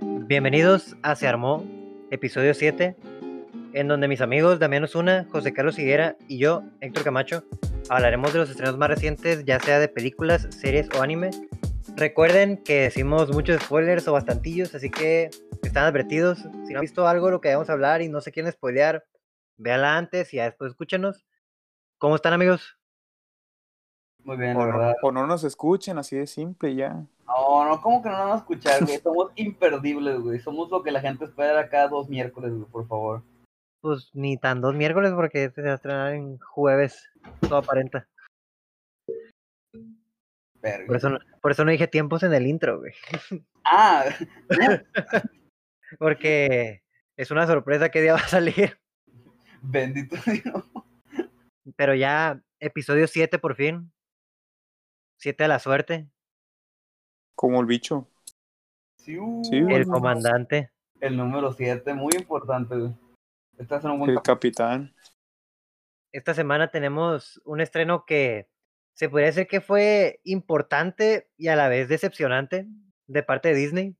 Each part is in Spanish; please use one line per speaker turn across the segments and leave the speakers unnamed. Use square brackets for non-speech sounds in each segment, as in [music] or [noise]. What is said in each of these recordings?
Bienvenidos a Se Armó, episodio 7, en donde mis amigos Damián Osuna, José Carlos Higuera y yo, Héctor Camacho, hablaremos de los estrenos más recientes, ya sea de películas, series o anime. Recuerden que decimos muchos spoilers o bastantillos, así que están advertidos. Si no han visto algo de lo que vamos a hablar y no se quieren spoilear, véanla antes y ya después escúchenos. ¿Cómo están amigos?
Muy bien,
O
la
no,
verdad.
o no nos escuchen, así de simple ya.
No, no, como que no nos van a escuchar,
[laughs]
güey. Somos imperdibles, güey. Somos lo que la gente espera cada dos miércoles, güey, por favor.
Pues ni tan dos miércoles porque este se va a estrenar en jueves, todo aparenta.
Verga.
Por eso, no- por eso no dije tiempos en el intro, güey.
Ah, [laughs]
Porque es una sorpresa qué día va a [laughs] salir.
bendito Dios.
Pero ya, episodio 7 por fin. 7 de la suerte.
Como el bicho.
Sí, uh,
Sí, güey.
El
Vámonos.
comandante.
El número 7, muy importante, güey. Este va a ser un buen
El
capítulo.
capitán.
Esta semana tenemos un estreno que se podría decir que fue importante y a la vez decepcionante de parte de Disney.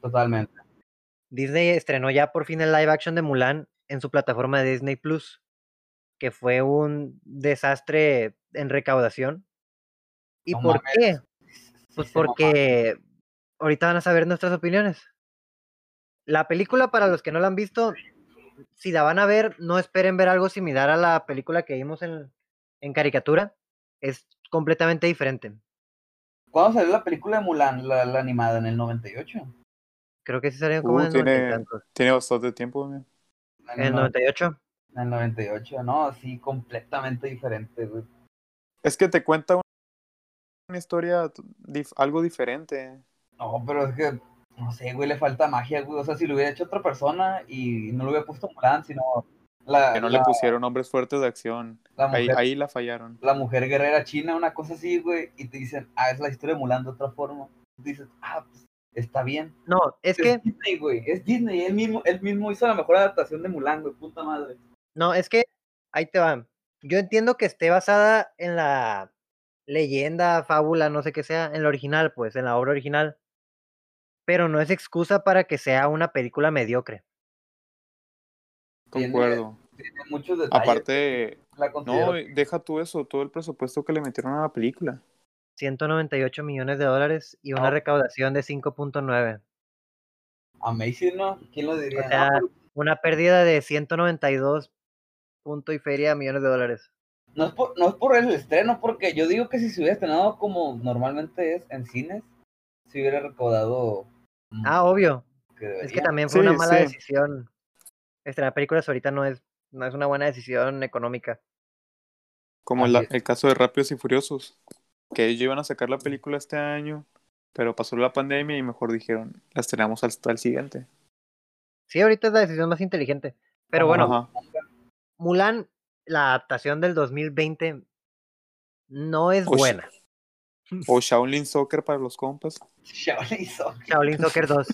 Totalmente.
Disney estrenó ya por fin el live action de Mulan en su plataforma de Disney Plus, que fue un desastre en recaudación. ¿Y
No
por
mames.
qué? Pues
Sí, se
porque ahorita van a saber nuestras opiniones. La película, para los que no la han visto, si la van a ver, no esperen ver algo similar a la película que vimos en, en caricatura. Es completamente diferente.
¿Cuándo salió la película de Mulan, la, la animada, en el 98?
Creo que sí salió como
Uh,
en el 90 y
tiene-
tantos,
Tiene bastante tiempo, güey.
en el 98.
En el 98, ¿no? Así completamente diferente, güey.
Es que te cuenta un- una historia t- dif- algo diferente.
No, pero es que, no sé, güey, le falta magia, güey. O sea, si lo hubiera hecho otra persona y no lo hubiera puesto Mulan, sino la,
Que no
la,
le pusieron hombres fuertes de acción.
la
Ahí,
mujer,
ahí la fallaron.
la mujer guerrera china, una cosa así, güey, y te dicen, ah, es la historia de Mulan de otra forma. Dices, ah, pues, está bien.
No, es que,
Disney, güey, es Disney, él mismo, él mismo hizo la mejor adaptación de Mulan, güey, puta madre.
no, es que, ahí te van. Yo entiendo que esté basada en la leyenda, fábula, no sé qué sea, en la original, pues, en la obra original. Pero no es excusa para que sea una película mediocre.
Tiene-
Concuerdo.
Tiene muchos detalles.
Aparte,
la
no,
considero-
deja tú eso, todo el presupuesto que le metieron a la película.
198 millones de dólares y una
No.
recaudación de 5.9.
Amazing, ¿no? ¿Quién lo diría?
O sea,
No, pero
Una pérdida de 192 punto y feria millones de dólares.
No es, por, no es por el estreno, porque yo digo que si se hubiera estrenado como normalmente es en cines, se hubiera recaudado. mm,
Ah, obvio.
que
Es que
debería.
también fue una
Sí,
mala
sí.
decisión. Este, Estrenar películas ahorita no es, no es una buena decisión económica.
Como
Así
la-
es.
el caso de Rápidos y Furiosos. Que ellos iban a sacar la película este año, pero pasó la pandemia y mejor dijeron, la estrenamos hasta el siguiente.
Sí, ahorita es la decisión más inteligente. Pero
Ajá.
bueno,
Ajá.
Mulan, la adaptación del 2020 no es
Oye.
buena.
O Shaolin Soccer para los compas.
[laughs] Shaolin Soccer,
Shaolin Soccer 2.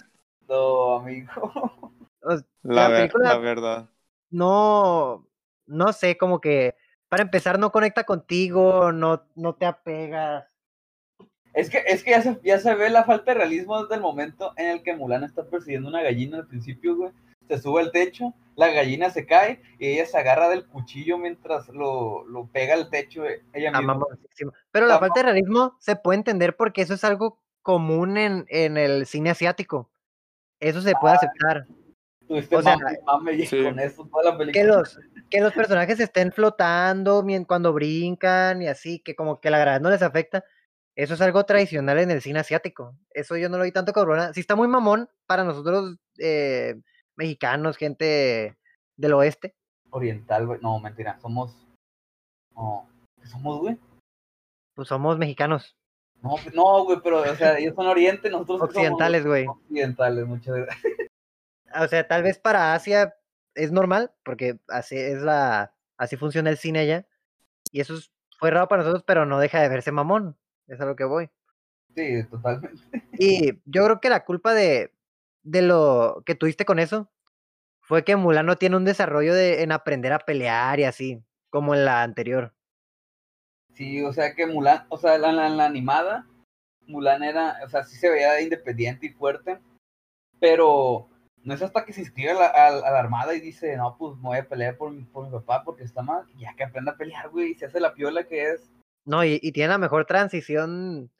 no, amigo.
O
La,
La
ver-
película-
la verdad.
no, no sé, como que para empezar no conecta contigo, no, no te apegas.
Es que, es que ya, se, ya se ve la falta de realismo desde el momento en el que Mulan está persiguiendo una gallina al principio, güey. Se sube al techo, la gallina se cae y ella se agarra del cuchillo mientras lo, lo pega al techo. güey. Ella
Ah,
misma.
mamoncísimo. Pero la
Está
falta de realismo se puede entender porque eso es algo común en, en el cine asiático. Eso se puede aceptar.
Tuviste
o sea,
mame y mame y
sí.
con eso toda la película.
Que los, que los personajes estén flotando mien- cuando brincan y así, que como que la gravedad no les afecta. Eso es algo tradicional en el cine asiático. Eso yo no lo vi tanto cabrona. Sí está muy mamón para nosotros eh, mexicanos, gente del oeste.
oriental, güey. No, mentira, somos. No, ¿qué somos, güey?
Pues somos mexicanos,
No, pues, no, güey, pero, o sea, ellos son oriente, nosotros qué somos, güey?
occidentales, güey.
occidentales, muchas gracias.
O sea, tal vez para Asia es normal, porque así es la, así funciona el cine allá. Y eso es- fue raro para nosotros, pero no deja de verse mamón. Es a lo que voy.
Sí, totalmente.
Y yo creo que la culpa de, de lo que tuviste con eso fue que Mulan no tiene un desarrollo de, en aprender a pelear y así, como en la anterior.
Sí, o sea que Mulan, o sea, en la, en la animada, Mulan era, o sea, sí se veía independiente y fuerte, pero no es hasta que se inscribe a la, a- a la armada y dice, no, pues me voy a pelear por mi, por mi papá porque está mal, y ya que aprenda a pelear, güey, y se hace la piola que es.
No, y, y tiene la mejor transición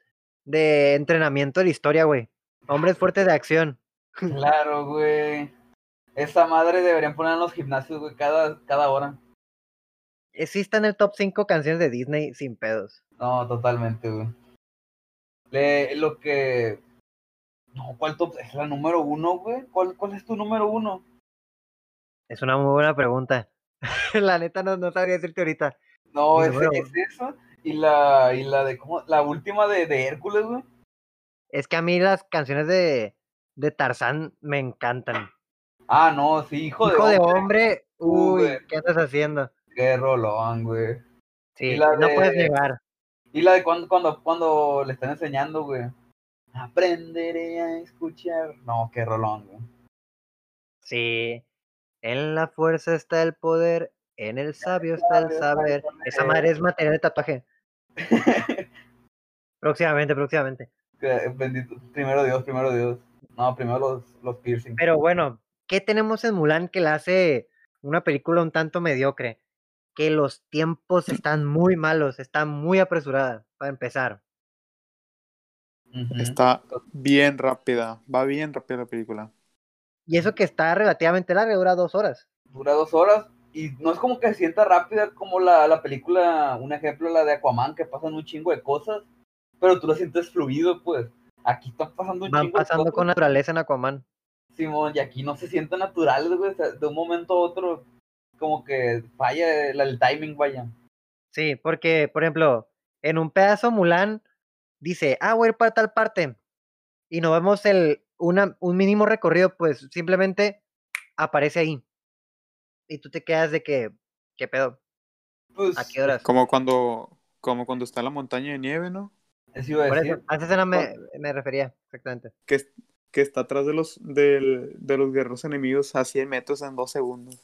de entrenamiento de la historia, güey. Hombres fuertes de acción.
Claro, güey. Esa madre deberían poner en los gimnasios, güey, cada, cada hora.
Eh, Sí está en el top 5 canciones de Disney sin pedos.
No, totalmente, güey. Le- lo que... No, ¿cuál top? Es la número uno, güey. ¿Cuál, ¿Cuál es tu número uno?
Es una muy buena pregunta. [laughs] la neta no, no sabría decirte ahorita.
No,
Mi
es,
número
es eso. Y la, y la de, ¿cómo? La última de, de Hércules, güey.
Es que a mí las canciones de, de Tarzán me encantan.
Ah, no, sí, hijo,
Hijo
de...
de
hombre.
hombre,
Uh,
uy,
güey.
¿qué andas haciendo?
Qué rolón, güey.
Sí,
la
no puedes
de-
negar.
Y la de cuando, cuando, cuando le están enseñando, güey. Aprenderé a escuchar. No, qué rolón, güey. [laughs]
Sí. En la fuerza está el poder, en el sabio está el
sabio está el
saber. Esa
saber.
madre es material de tatuaje. próximamente, próximamente.
Que- Bendito, primero Dios, primero Dios. No, primero los, los piercings.
Pero bueno, ¿qué tenemos en Mulan que la hace una película un tanto mediocre? Que los tiempos están muy malos, está muy apresurada, para empezar.
Ujú.
Está bien rápida, va bien rápida la película.
Y eso que está relativamente larga, dura dos horas.
Dura dos horas y no es como que se sienta rápida como la, la película, un ejemplo, la de Aquaman, que pasan un chingo de cosas, pero tú lo sientes fluido, pues. Aquí están pasando un
Van
chingo de
pasando
cosas,
con naturaleza en Aquaman.
Simón, y aquí no se siente natural, güey. o sea, de un momento a otro, como que falla el, el timing, vaya.
Sí, porque, por ejemplo, en un pedazo Mulan dice, ah, voy a ir para tal parte. Y nos vemos el, una, un mínimo recorrido, pues simplemente aparece ahí. Y tú te quedas de que, ¿qué pedo?
Pues,
¿A qué horas?
Como cuando, como cuando está la montaña de nieve, ¿no?
eso iba a
Por
decir.
eso, a esa escena me, me refería, exactamente.
Que, es- que está atrás de los, del- de los guerreros enemigos a 100 metros en 2 segundos.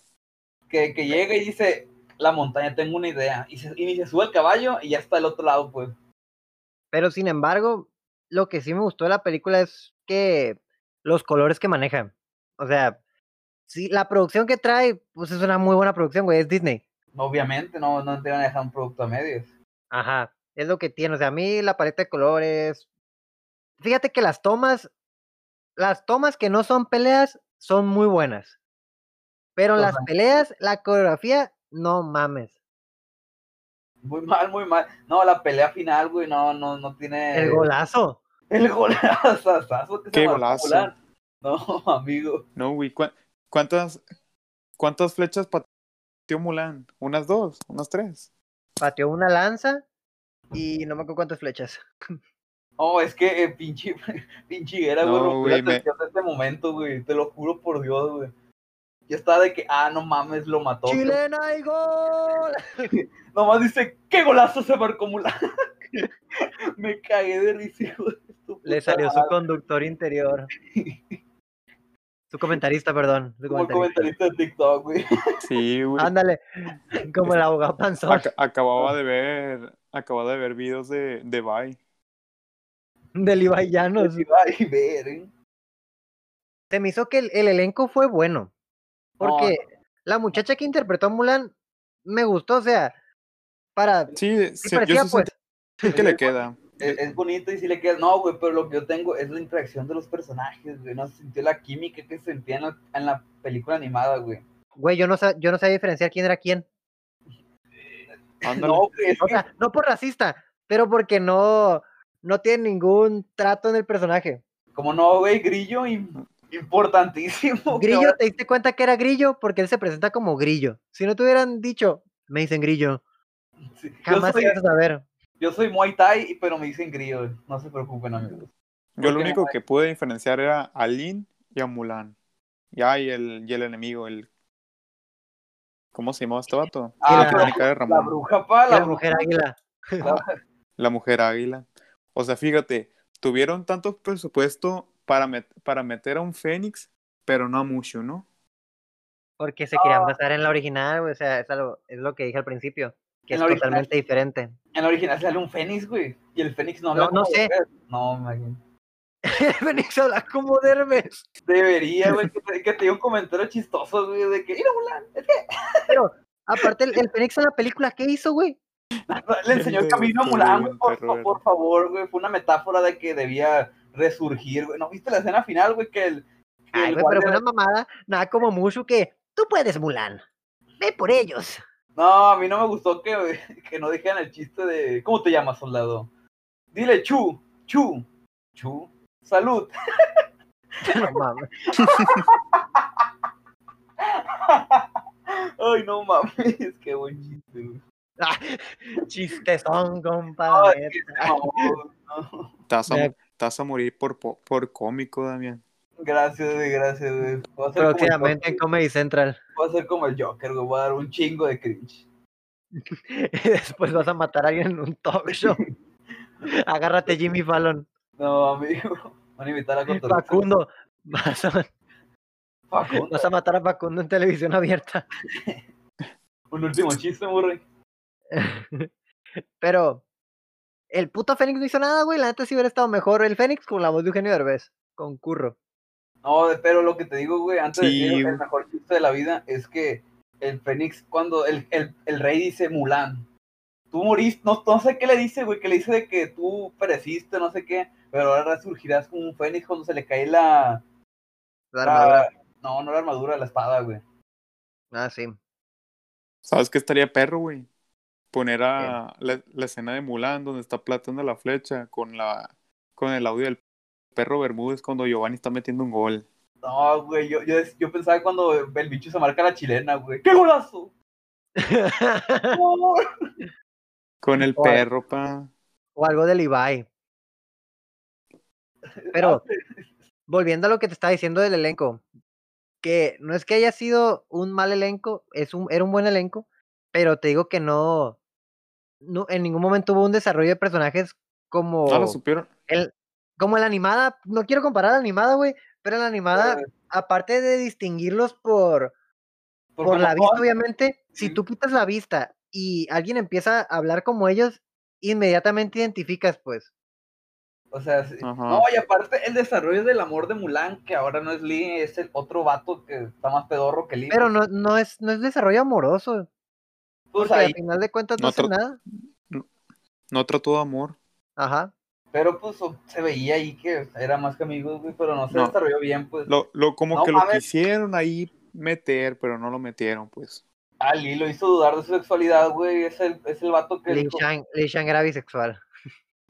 que, que llega y dice, la montaña, tengo una idea. Y, se, y ni se sube al caballo y ya está al otro lado, pues.
Pero sin embargo, lo que sí me gustó de la película es que los colores que maneja. O sea, sí, la producción que trae, pues es una muy buena producción, güey, es Disney.
Obviamente, no, no te van a dejar un producto a medias.
Ajá, es lo que tiene. O sea, a mí la paleta de colores. Fíjate que las tomas, las tomas que no son peleas son muy buenas. Pero las
Totalmente.
peleas, la coreografía, no mames.
Muy mal, muy mal. No, la pelea final, güey, no, no, no tiene...
El golazo.
El golazo. [laughs] que se
Qué
mandó
golazo.
Mulan. No, [laughs] amigo.
No, güey. ¿cu- ¿Cuántas, cuántas flechas pateó Mulan? ¿Unas dos? ¿Unas tres?
Pateó una lanza y no me acuerdo cuántas flechas.
No, es que eh, pinche, [laughs] pinchiguera, güey,
No,
rompió
güey,
la
me-
atención de este momento, güey. Te lo juro por Dios, güey. Ya está de que, ah, no mames, lo mató. güey.
¡Chilena y gol!
Nomás dice, qué golazo se marcó Mulan. [laughs] Me cagué de risa, güey. tu
Le
puta
salió su
madre.
conductor interior. Su comentarista, perdón. su
[laughs] Como el
comentarista.
comentarista de TikTok, güey.
Sí, güey.
Ándale, como el abogado panzón.
Ac- acababa de ver, acababa de ver videos de, de Bye.
Del Ibai
[laughs]
Llanos.
Ay, ver, ¿eh?
se me hizo que el, el elenco fue bueno. Porque la muchacha que interpretó a Mulan me gustó, o sea, para.
Sí,
Sí,
sí, yo sí
parecía, pues.
sentí que le queda.
Es, es bonito y si le queda. No, güey, pero lo que yo tengo es la interacción de los personajes, güey. No se sintió la química que se sentía en la, en la película animada, güey.
Güey, yo no, sa- yo no sabía diferenciar quién era quién.
Ándale.
No, güey, es
O
que-
sea, no por racista, pero porque no, no tiene ningún trato en el personaje.
como no, güey, grillo im- importantísimo. que
Grillo,
ahora-
te diste cuenta que era Grillo porque él se presenta como Grillo. Si no te hubieran dicho, me dicen Grillo,
sí, yo,
jamás
soy,
ibas a saber.
yo soy Muay Thai, pero me dicen grillo. güey. No se preocupen, amigos.
Yo lo
Porque
único
no
que pude diferenciar era a Lin y a Mulan. Ya, y el, y el enemigo, el. ¿Cómo se llamaba este vato?
Ah,
la-
la,
pero
crónica de
la
Ramón.
bruja, pa, la
Era
bruja.
mujer águila.
La mujer águila. O sea, fíjate, tuvieron tanto presupuesto para, met- para meter a un Fénix, pero no a Mushu, ¿no?
Porque se querían basar en la original, güey, O sea, es, algo- es lo que dije al principio. Que
En
es
la original.
totalmente
[laughs]
diferente.
En la original sale un fénix, güey. Y el fénix no
No,
habla
no
como
sé.
mujer. No, imagínate.
Fénix habla como Derbez.
Debería, güey, que, te- que te diga un comentario chistoso, güey, de que, mira, Mulan, es que
Aparte, el, el Fénix en la película, ¿qué hizo, güey?
le enseñó el
Te
camino a
gustó,
Mulan,
güey,
güey, por,
perro,
fa-
güey.
por favor, güey, fue una metáfora de que debía resurgir, güey, ¿no viste la escena final, güey, que el... que
Ay,
el
güey, pero fue
guardia-
una mamada, nada como Mushu que tú puedes, Mulan. Ve por ellos. [laughs]
No, a mí no me gustó que, [laughs] que no dijeran el chiste de, ¿cómo te llamas, soldado? Dile, Chu, Chu, Chu, salud. [laughs]
No mames.
Ay, no mames, [laughs] qué buen chiste, güey.
Ah, Chistezón,
Ay,
compadre.
qué mamón, no. [laughs]
Estás a,
Me-
mo- estás a morir por, po- por cómico, Damián.
Gracias, güey, gracias, güey. Voy a ser como el
Próximamente en
Joker,
Comedy Central. [laughs]
voy a ser como el Joker, güey. Voy a dar un chingo de cringe.
Y después vas a matar a alguien en un
[laughs]
talk show. Agárrate, Jimmy Fallon.
No, amigo. [laughs] Van a invitar a Cotorrito.
Facundo. [laughs] Vas a,
Facundo.
vas a matar a Facundo en televisión abierta. [laughs]
Un último chiste, Murray.
Pero el puto Fénix no hizo nada, güey. La neta sí hubiera estado mejor el Fénix con la voz de Eugenio Derbez. Con Curro.
No, de- pero lo que te digo, güey, antes
Sí,
de que
güey.
el mejor chiste de la vida es que el Fénix, cuando el, el, el rey dice Mulan, tú moriste, no, no sé qué le dice, güey, que le dice de que tú pereciste, no sé qué, pero ahora resurgirás como un Fénix cuando se le cae la.
Ah,
La
la-
armadura.
no, no la armadura, la espada, güey.
Ah,
[laughs]
sí.
¿Sabes qué estaría perro, güey? Poner a la, la escena de Mulan donde está platando la flecha con la con el audio del perro Bermúdez cuando Giovanni está metiendo un gol.
No, güey, yo, yo, yo pensaba cuando el bicho se marca la chilena, güey. ¡Qué golazo!
[laughs]
¡No!
Con el
Ay.
perro, pa.
o algo del Ibai.
Ah,
[laughs]
Pero volviendo a lo que te estaba diciendo del elenco, que no es que haya sido un mal elenco, es un, era un buen elenco, pero te digo que no, no en ningún momento hubo un desarrollo de personajes como,
No lo supieron.
el, como la animada. No quiero comparar a la animada, güey, pero la animada, aparte de distinguirlos por por,
cómo
la vista,
son,
obviamente, si
Ujú.
tú quitas la vista y alguien empieza a hablar como ellos, inmediatamente identificas, pues.
O sea, sí.
Ajá.
no, y aparte el desarrollo del amor de Mulan, que ahora no es Lee, es el otro vato que está más pedorro que Lee.
Pero no, no es, no es desarrollo amoroso,
pues
porque
ahí,
al final de cuentas no
no
hace
tra-
nada.
No trató de amor.
Ajá.
pero pues o- se veía ahí que era más que amigos, güey, pero no se
No.
desarrolló bien, pues.
Lo, lo, como
No
que lo
mames.
quisieron ahí meter, pero no lo metieron, pues.
Ah, Lee lo hizo dudar de su sexualidad, güey. Es el, es el vato que
Li
dijo,
Shang, Li Shang era bisexual.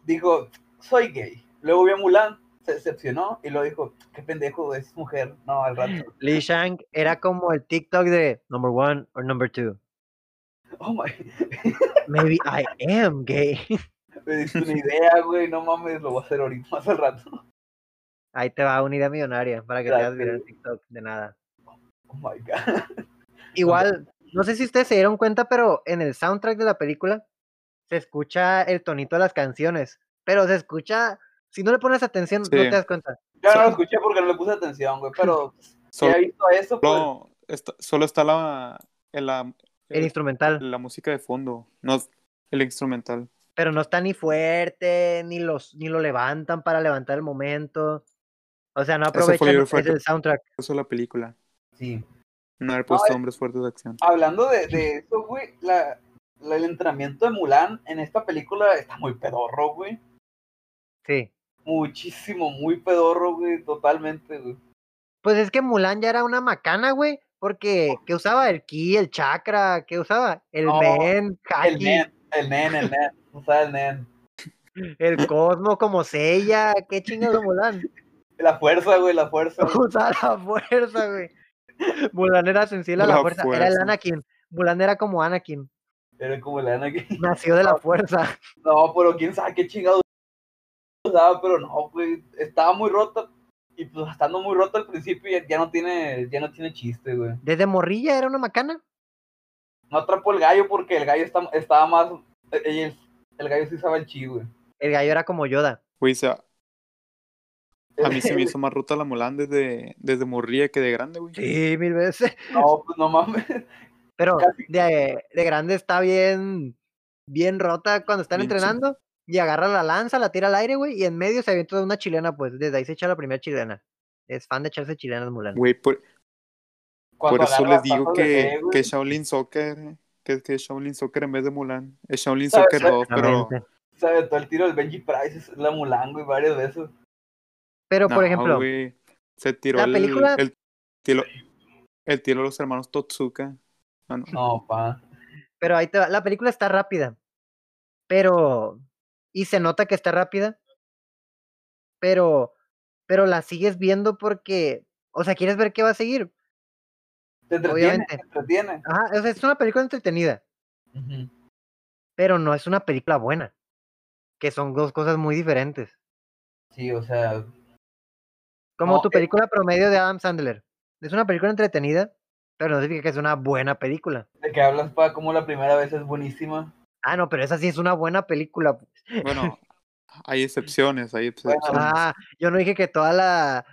dijo, soy gay. Luego vio a Mulan, se decepcionó y lo dijo, qué pendejo, güey, es mujer. No, al rato.
[gasps] Li Shang era como el TikTok de number one or number two.
Oh my.
Maybe I am gay. [laughs]
Me diste una idea, güey, no mames, lo voy a hacer ahorita más al rato. [laughs]
Ahí te va una idea millonaria para que te hagas
Gracias.
viral en TikTok de nada.
Oh my god.
Igual, no sé si ustedes se dieron cuenta, pero en el soundtrack de la película se escucha el tonito de las canciones, pero se escucha, si no le pones atención, no te
Sí.
das cuenta.
Yo no lo escuché porque no le puse atención, güey, pero si
Solo,
ha visto eso, pues
está, solo está la, en la,
El instrumental,
la música de fondo, no el instrumental.
pero no está ni fuerte, ni los, ni lo levantan para levantar el momento. O sea, no
fue
aprovechan lo
Little
que es
Fucker.
el soundtrack.
Eso es la película.
sí.
No haber puesto hombres fuertes de acción.
Hablando de, de eso, güey, la, la- el entrenamiento de Mulan en esta película está muy pedorro, güey.
Sí.
Muchísimo, muy pedorro, güey, totalmente, güey.
Pues es que Mulan ya era una macana, güey, porque
Oh.
¿qué usaba? El ki, el chakra, ¿qué usaba? El
No,
men,
El
haki,
nen, el nen, el nen, o sea, el nen.
el cosmo como sella, qué
[laughs]
chingados Mulan.
La fuerza, güey, la fuerza. güey.
Usar la fuerza, güey. Mulan era sensible a la,
La
fuerza. Era el
fuerza.
Anakin. Mulan era como Anakin.
Era como el nen aquí.
Nació de la fuerza.
No, pero quién sabe qué chingado usaba, pero no, güey, estaba muy rota. Y pues estando muy roto al principio ya, ya no tiene, ya no tiene chiste, güey.
Desde morrilla era una macana.
No atrapó el gallo porque el gallo está- estaba más. e, El, el gallo sí usaba el chi, güey.
El gallo era como Yoda.
Güey, se- a
[laughs]
mí se me hizo más ruta la Mulan desde, desde morría que de grande, güey.
Sí, mil veces.
No, pues no
[laughs]
mames.
Pero
Casi.
de, de grande está bien, bien rota cuando están
Bien chi-
entrenando. y agarra la lanza, la tira al aire, güey, y en medio se avienta de una chilena, pues desde ahí se echa la primera chilena. Es fan de echarse chilenas Mulan.
Güey, por,
Cuando
por eso
agarra
les digo
las patas de
que,
té, güey.
que Shaolin Soccer, eh, que, que Shaolin Soccer en vez de Mulan, es Shaolin
¿Sabes?
Soccer 2, pero
Exactamente.
Se aventó el tiro del Benji Price, es la Mulan, güey, varias veces.
Pero, por
no,
ejemplo,
güey, se tiró
la
el,
película-
el tiro, el tiro de los hermanos Totsuka. Ah, no.
No, pa.
pero ahí te va. La película está rápida. Pero. Y se nota que está rápida. Pero. Pero la sigues viendo porque. O sea, quieres ver qué va a seguir.
Te entretiene,
Obviamente.
te entretiene.
Ajá, o sea, es una película entretenida.
Ujú.
Pero no es una película buena. Que son dos cosas muy diferentes.
Sí, o sea,
Como
No,
tu
eh.
película promedio de Adam Sandler. Es una película entretenida. Pero no significa que es una buena película.
de que hablas, pa, como la primera vez es buenísima.
Ah, no, pero esa sí es una buena película.
Bueno, hay excepciones, hay
Bueno,
excepciones.
Ah, yo no dije que todas la,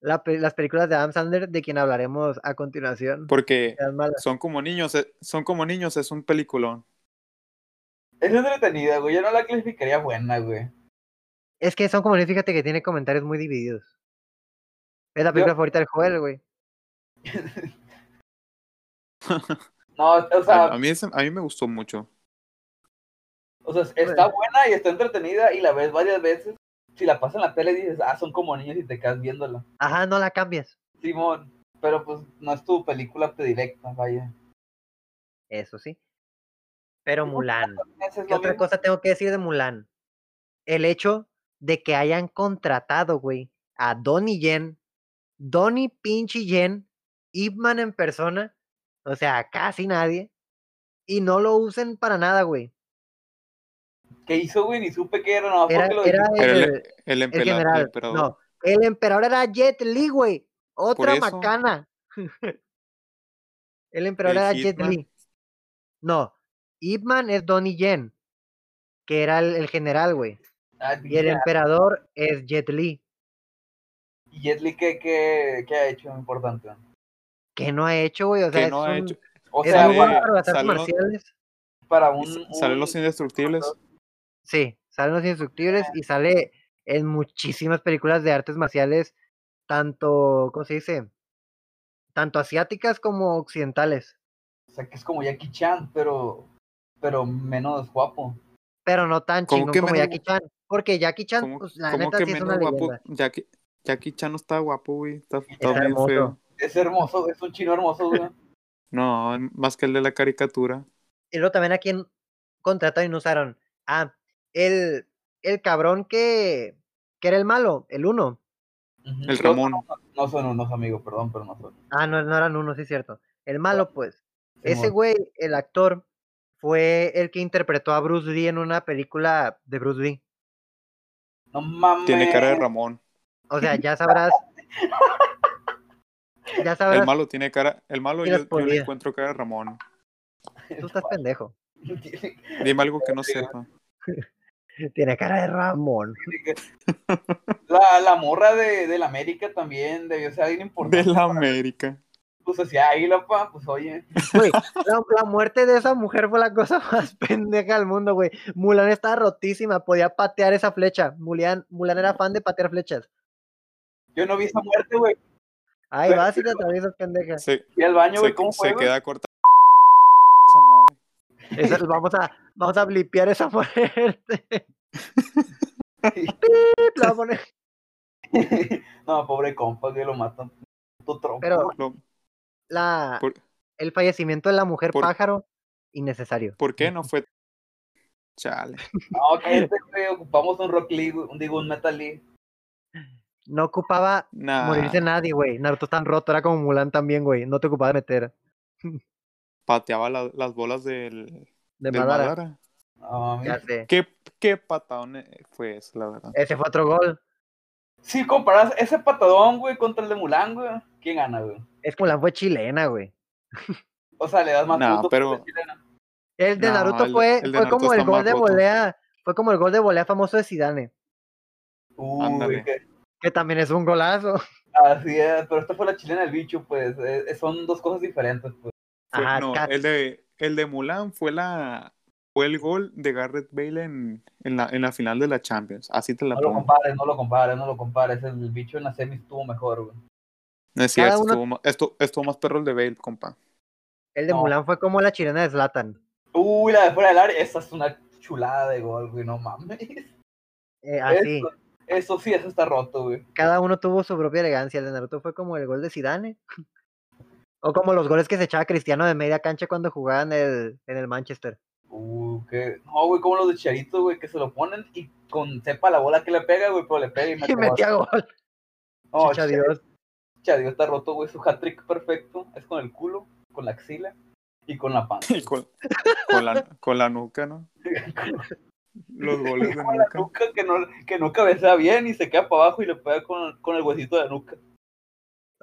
la pe- las películas de Adam Sandler, de quien hablaremos a continuación,
Porque
sean malas.
son como niños, eh, son como niños, es un peliculón.
Es entretenida, güey. Yo no la clasificaría buena, güey.
Es que son como, fíjate que tiene comentarios muy divididos. Es la
Yo-
película favorita del Joel, güey.
No, o sea,
A, a mí ese- a mí me gustó mucho.
O sea, está buena y está entretenida y la ves varias veces. Si la pasas en la tele dices, ah, son como niños y te quedas viéndola.
Ajá, no la cambias.
Simón, pero pues no es tu película predilecta, vaya.
Eso sí. Pero Mulan.
Ese es
¿Qué
lo
otra
mismo.
cosa tengo que decir de Mulan? El hecho de que hayan contratado, güey, a Donnie Yen, Donnie pinche Yen, Ip Man en persona, o sea, casi nadie, y no lo usen para nada, güey.
¿Qué hizo, güey? Ni supe qué era, no,
Era,
porque lo
era
dijiste.
Era
el,
el- El,
el
empela- el
general.
emperador.
no, el emperador era Jet Li, güey. Otra
eso.
macana. [laughs] el emperador
El
era Jet
Hitman.
Li. No, Ip Man es Donnie Yen, que era el- el general, güey.
Ah,
Y el
pinche-
emperador es Jet Li,
¿Y Jet Li qué, qué, qué ha hecho importante?
que no ha hecho, güey. O sea,
que
es
no ha
un-
hecho.
O
es
sea,
muy bueno
para,
para las artes
salió-
marciales.
para un...
Salen
un-
los indestructibles.
Sí, salen los instructibles y sale en muchísimas películas de artes marciales, tanto, ¿cómo se dice? Tanto asiáticas como occidentales.
O sea, que es como Jackie Chan, pero, pero menos guapo.
Pero no tan
¿Cómo
chingón
que
como
menos
Jackie Chan. Porque Jackie Chan,
¿Cómo,
pues la
cómo
neta
que
sí es
menos
una
guapo?
leyenda.
Jackie, Jackie Chan no está guapo, güey. Está, está
Está
bien
hermoso.
feo.
Es hermoso, es un chino
[laughs]
hermoso, güey.
No, más que el de la caricatura.
Y luego también a quien contrataron y no usaron. Ah, el, el cabrón que, que era el malo, el uno.
Ujú.
El
No-
Ramón.
No son unos amigos, perdón, pero no son.
Ah, no, no eran uno, sí es cierto. El malo, pues. Ese
Simón.
güey, el actor, fue el que interpretó a Bruce Lee en una película de Bruce Lee.
No mames.
Tiene cara
[laughs]
de Ramón.
O sea, ya sabrás. ya sabrás,
El malo tiene cara. El malo
Y
yo,
las
yo le
podía.
encuentro cara de Ramón.
tú estás pendejo.
Tiene-
Dime algo que no sepa.
[laughs] Tiene cara de Ramón.
La, la morra de, del América también debió ser alguien
De
importante.
la América.
Pues así, águila, pa, pues oye.
Güey, la, la muerte de esa mujer fue la cosa [laughs] más pendeja del mundo, güey. Mulan estaba rotísima, podía patear esa flecha. Mulan, Mulan era fan de patear flechas.
Yo no vi esa muerte, güey.
Ay,
Pero-
vas y te atraviesas, pendeja.
Se,
Fui al baño, güey,
se,
¿cómo
se
fue? güey?
queda corta. Esa madre. [laughs]
Esa- vamos a, vamos a blipear esa muerte. [laughs] Pip, la pone-
[laughs] no, pobre compa, que lo matan. Tu trompo.
Pero-
Lo-
la,
Por-
el fallecimiento de la mujer
por-
pájaro, innecesario.
¿Por qué no fue? Chale.
No, cállate, güey, ocupamos un Rock League, un, digo, un Metal League.
No ocupaba
Nah.
morirse nadie, güey. Naruto tan roto, era como Mulan también, güey. No te ocupaba de meter.
Pateaba la- las bolas del,
De
del
Madara.
Madara.
No, mami.
Ya sé.
¿Qué, qué patadón eh, fue eso, la verdad.
Ese fue otro gol.
si comparas ese patadón, güey, contra el de Mulan, güey, ¿quién gana, güey?
Es que Mulan fue chilena, güey.
O sea, le das más
No,
puntos
pero-
por decirle, no.
El de
No,
Naruto
el de-
fue,
el de
fue
Naruto
como el
está
gol
más
de
roto.
volea. Fue como el gol de volea famoso de Zidane,
Uy,
Ándale.
que-
que también es un golazo.
así es, pero esta fue la chilena del bicho, pues, eh, son dos cosas diferentes, pues.
Fue-
Ajá,
no,
ca-
el de, el de Mulan fue la, fue el gol de Garrett Bale en, en la, en la final de la Champions. Así te la
No lo
pongo.
compares, no lo compares, no lo compares. El bicho en la semi estuvo mejor, güey.
No es
Cada
cierto,
uno-
estuvo, más, estu- estuvo más perro el de Bale, compa.
El de
No.
Mulan fue como la chilena de Zlatan.
Uy, la de fuera del área, esa es una chulada de gol, güey, no mames.
Eh, así.
Eso, eso sí, eso está roto, güey.
Cada uno tuvo su propia elegancia. El de Naruto fue como el gol de Zidane. [laughs] O como los goles que se echaba Cristiano de media cancha cuando jugaba en el, en el Manchester.
Uh, que... No, güey, como los de Charito, güey, que se lo ponen y con sepa la bola que le pega, güey, pero le pega
[laughs] [laughs] Y
y mete gol.
metía gol.
No,
Chicha
Chicharito-
Dios.
Chicharito está roto, güey, su hat-trick perfecto es con el culo, con la axila y con la panza. [laughs]
[laughs] Y con, con la, con la nuca, ¿no? Los
[laughs]
goles de
Con la
nuca.
nuca que no, que no cabecea bien y se queda para abajo y le pega con, con el huesito de la nuca.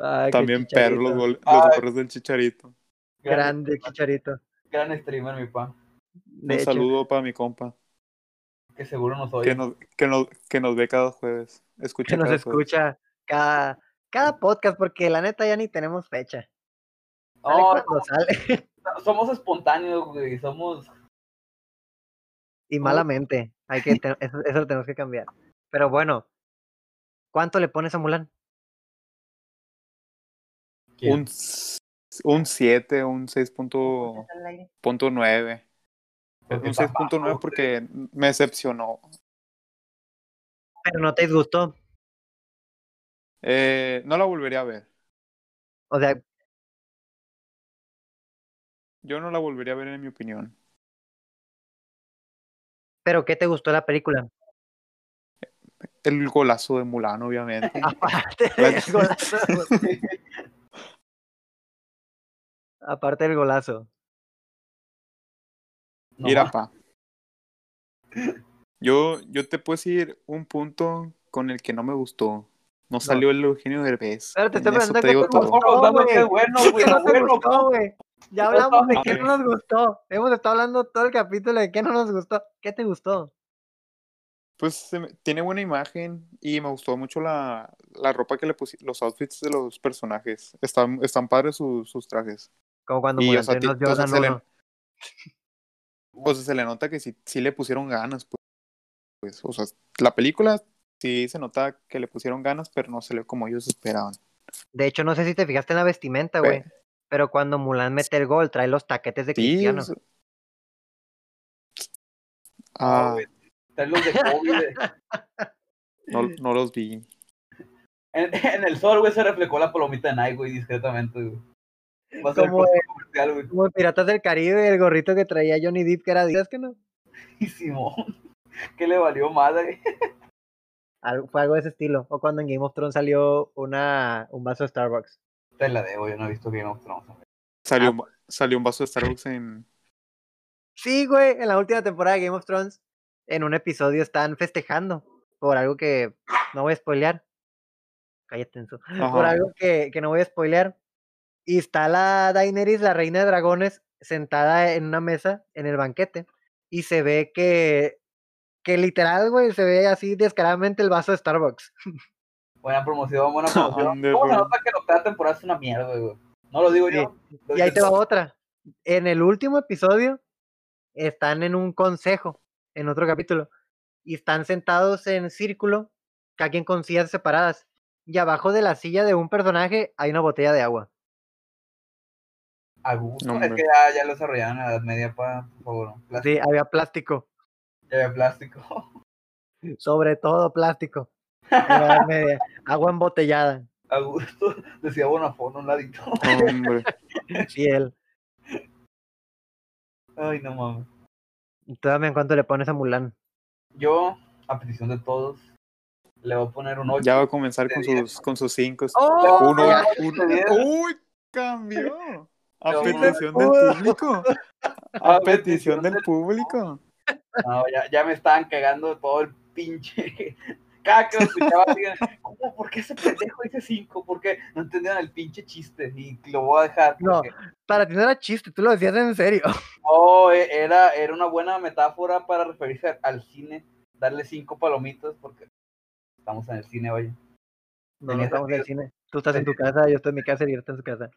Ay, qué
También perro los,
Chicharito.
goles,
Ay.
los goles del Chicharito.
Gran,
Grande Chicharito.
gran streamer, mi pa.
De
Un
hecho.
saludo para mi compa,
Que seguro nos
que
oye.
nos, que nos, que nos ve cada jueves. Escucha
que nos
cada jueves.
escucha cada, cada podcast, porque la neta ya ni tenemos fecha.
No,
Sale cuando sale,
somos espontáneos, güey. Somos.
y malamente. Hay que, te- eso, eso lo tenemos que cambiar. Pero bueno, ¿cuánto le pones a Mulan?
Un s- un 7, un 6.9.
Porque
Un
está
6.9
bajo,
porque me decepcionó.
Pero no te disgustó.
Eh, no la volvería a ver.
O sea,
Yo no la volvería a ver en mi opinión.
¿pero qué te gustó de la película?
El golazo de Mulan,
[laughs]
obviamente. [laughs]
Aparte
La-
del golazo. pues, Aparte del golazo.
No,
Mira, pa. Yo, yo te puedo decir un punto con el que no me gustó. No salió el Eugenio Derbez.
Pero te estoy
En eso
preguntando
te digo
qué te
todo.
gustó.
Tampoco, dame
güey.
qué bueno,
[laughs]
güey.
¿Qué
lo
no te
bueno,
gustó, güey? Ya
Yo
hablamos de
estaba-
qué no nos gustó. Hemos estado hablando todo el capítulo de qué no nos gustó. ¿Qué te gustó?
Pues se me- tiene buena imagen y me gustó mucho la, la ropa que le pusieron, los outfits de los personajes. Están, están padres sus- sus trajes.
Como cuando
Y, o
Mulan
sea, ti-
nos
o sea,
Jordan
se le-
1.
o sea, se le nota que sí, sí le pusieron ganas, pues. Pues, O sea, la película sí se nota que le pusieron ganas, pero no se le como ellos esperaban.
De hecho, no sé si te fijaste en la vestimenta, güey. Pero cuando Mulan mete el gol, trae los taquetes de
Sí, o
Cristiano.
sea- Ah,
güey. trae los de
[laughs]
COVID.
no, no los vi.
En, [laughs] en el sol, güey, se reflejó la palomita de Nike, güey, discretamente, güey. Va a ser
Como
cosa comercial, güey.
Como Piratas del Caribe, el gorrito que traía Johnny Depp, que era Adidas, que no?
Y Simón, [laughs] ¿Qué le valió madre? [laughs]
Algo, fue algo de ese estilo. O cuando en Game of Thrones salió una, un vaso de Starbucks.
Te la debo, yo no he visto Game of Thrones. güey.
Salió, un- salió un vaso de Starbucks [laughs] en.
Sí, güey, en la última temporada de Game of Thrones, en un episodio están festejando por algo que no voy a spoilear. Cállate en su.
Ajá.
por algo que, que no voy a spoilear. Y está la Daenerys, la reina de dragones, sentada en una mesa en el banquete. Y se ve que, que literal, güey, se ve así descaradamente el vaso de Starbucks.
Buena promoción, buena promoción.
Ande,
¿Cómo se
güey.
nota que la primera temporada es una mierda, güey? No lo digo
Sí.
yo. lo
Y ahí
dice-
te va otra. En el último episodio están en un consejo, en otro capítulo. Y están sentados en círculo, cada quien con sillas separadas. Y abajo de la silla de un personaje hay una botella de agua.
A gusto.
No,
es
hombre.
que ya, ya lo desarrollaron en la Edad Media, pa, por favor. Plástico,
Sí, había plástico.
de plástico. [laughs]
sobre todo plástico. en la Edad Media, Agua embotellada,
A gusto. [laughs] Decía Bonafón, un ladito. [laughs]
Hombre.
fiel.
Ay, no mames.
Todavía en cuánto le pones a Mulan.
Yo, a petición de todos, le voy a poner un 8.
Ya va a comenzar [laughs] con sus, con sus cinco.
¡Oh!
Uno,
ya.
uno. ¡Uy! Cambió. A
No,
petición del
no.
público. [laughs] A petición del público.
No, ya, ya me estaban cagando todo el pinche. [laughs] Cada que lo escuchaba, digan, ¿cómo? ¿Por qué ese pendejo dice 5? Porque no entendieron el pinche chiste y lo voy a dejar.
No.
porque-
Para ti no era chiste, tú lo decías en serio.
No, e- era, era una buena metáfora para referirse al- al cine, darle cinco palomitas porque estamos en el cine, vaya.
No, no
Tenía
estamos en el
sentido.
cine. Tú estás en tu casa, yo estoy en mi casa y yo estoy en su casa.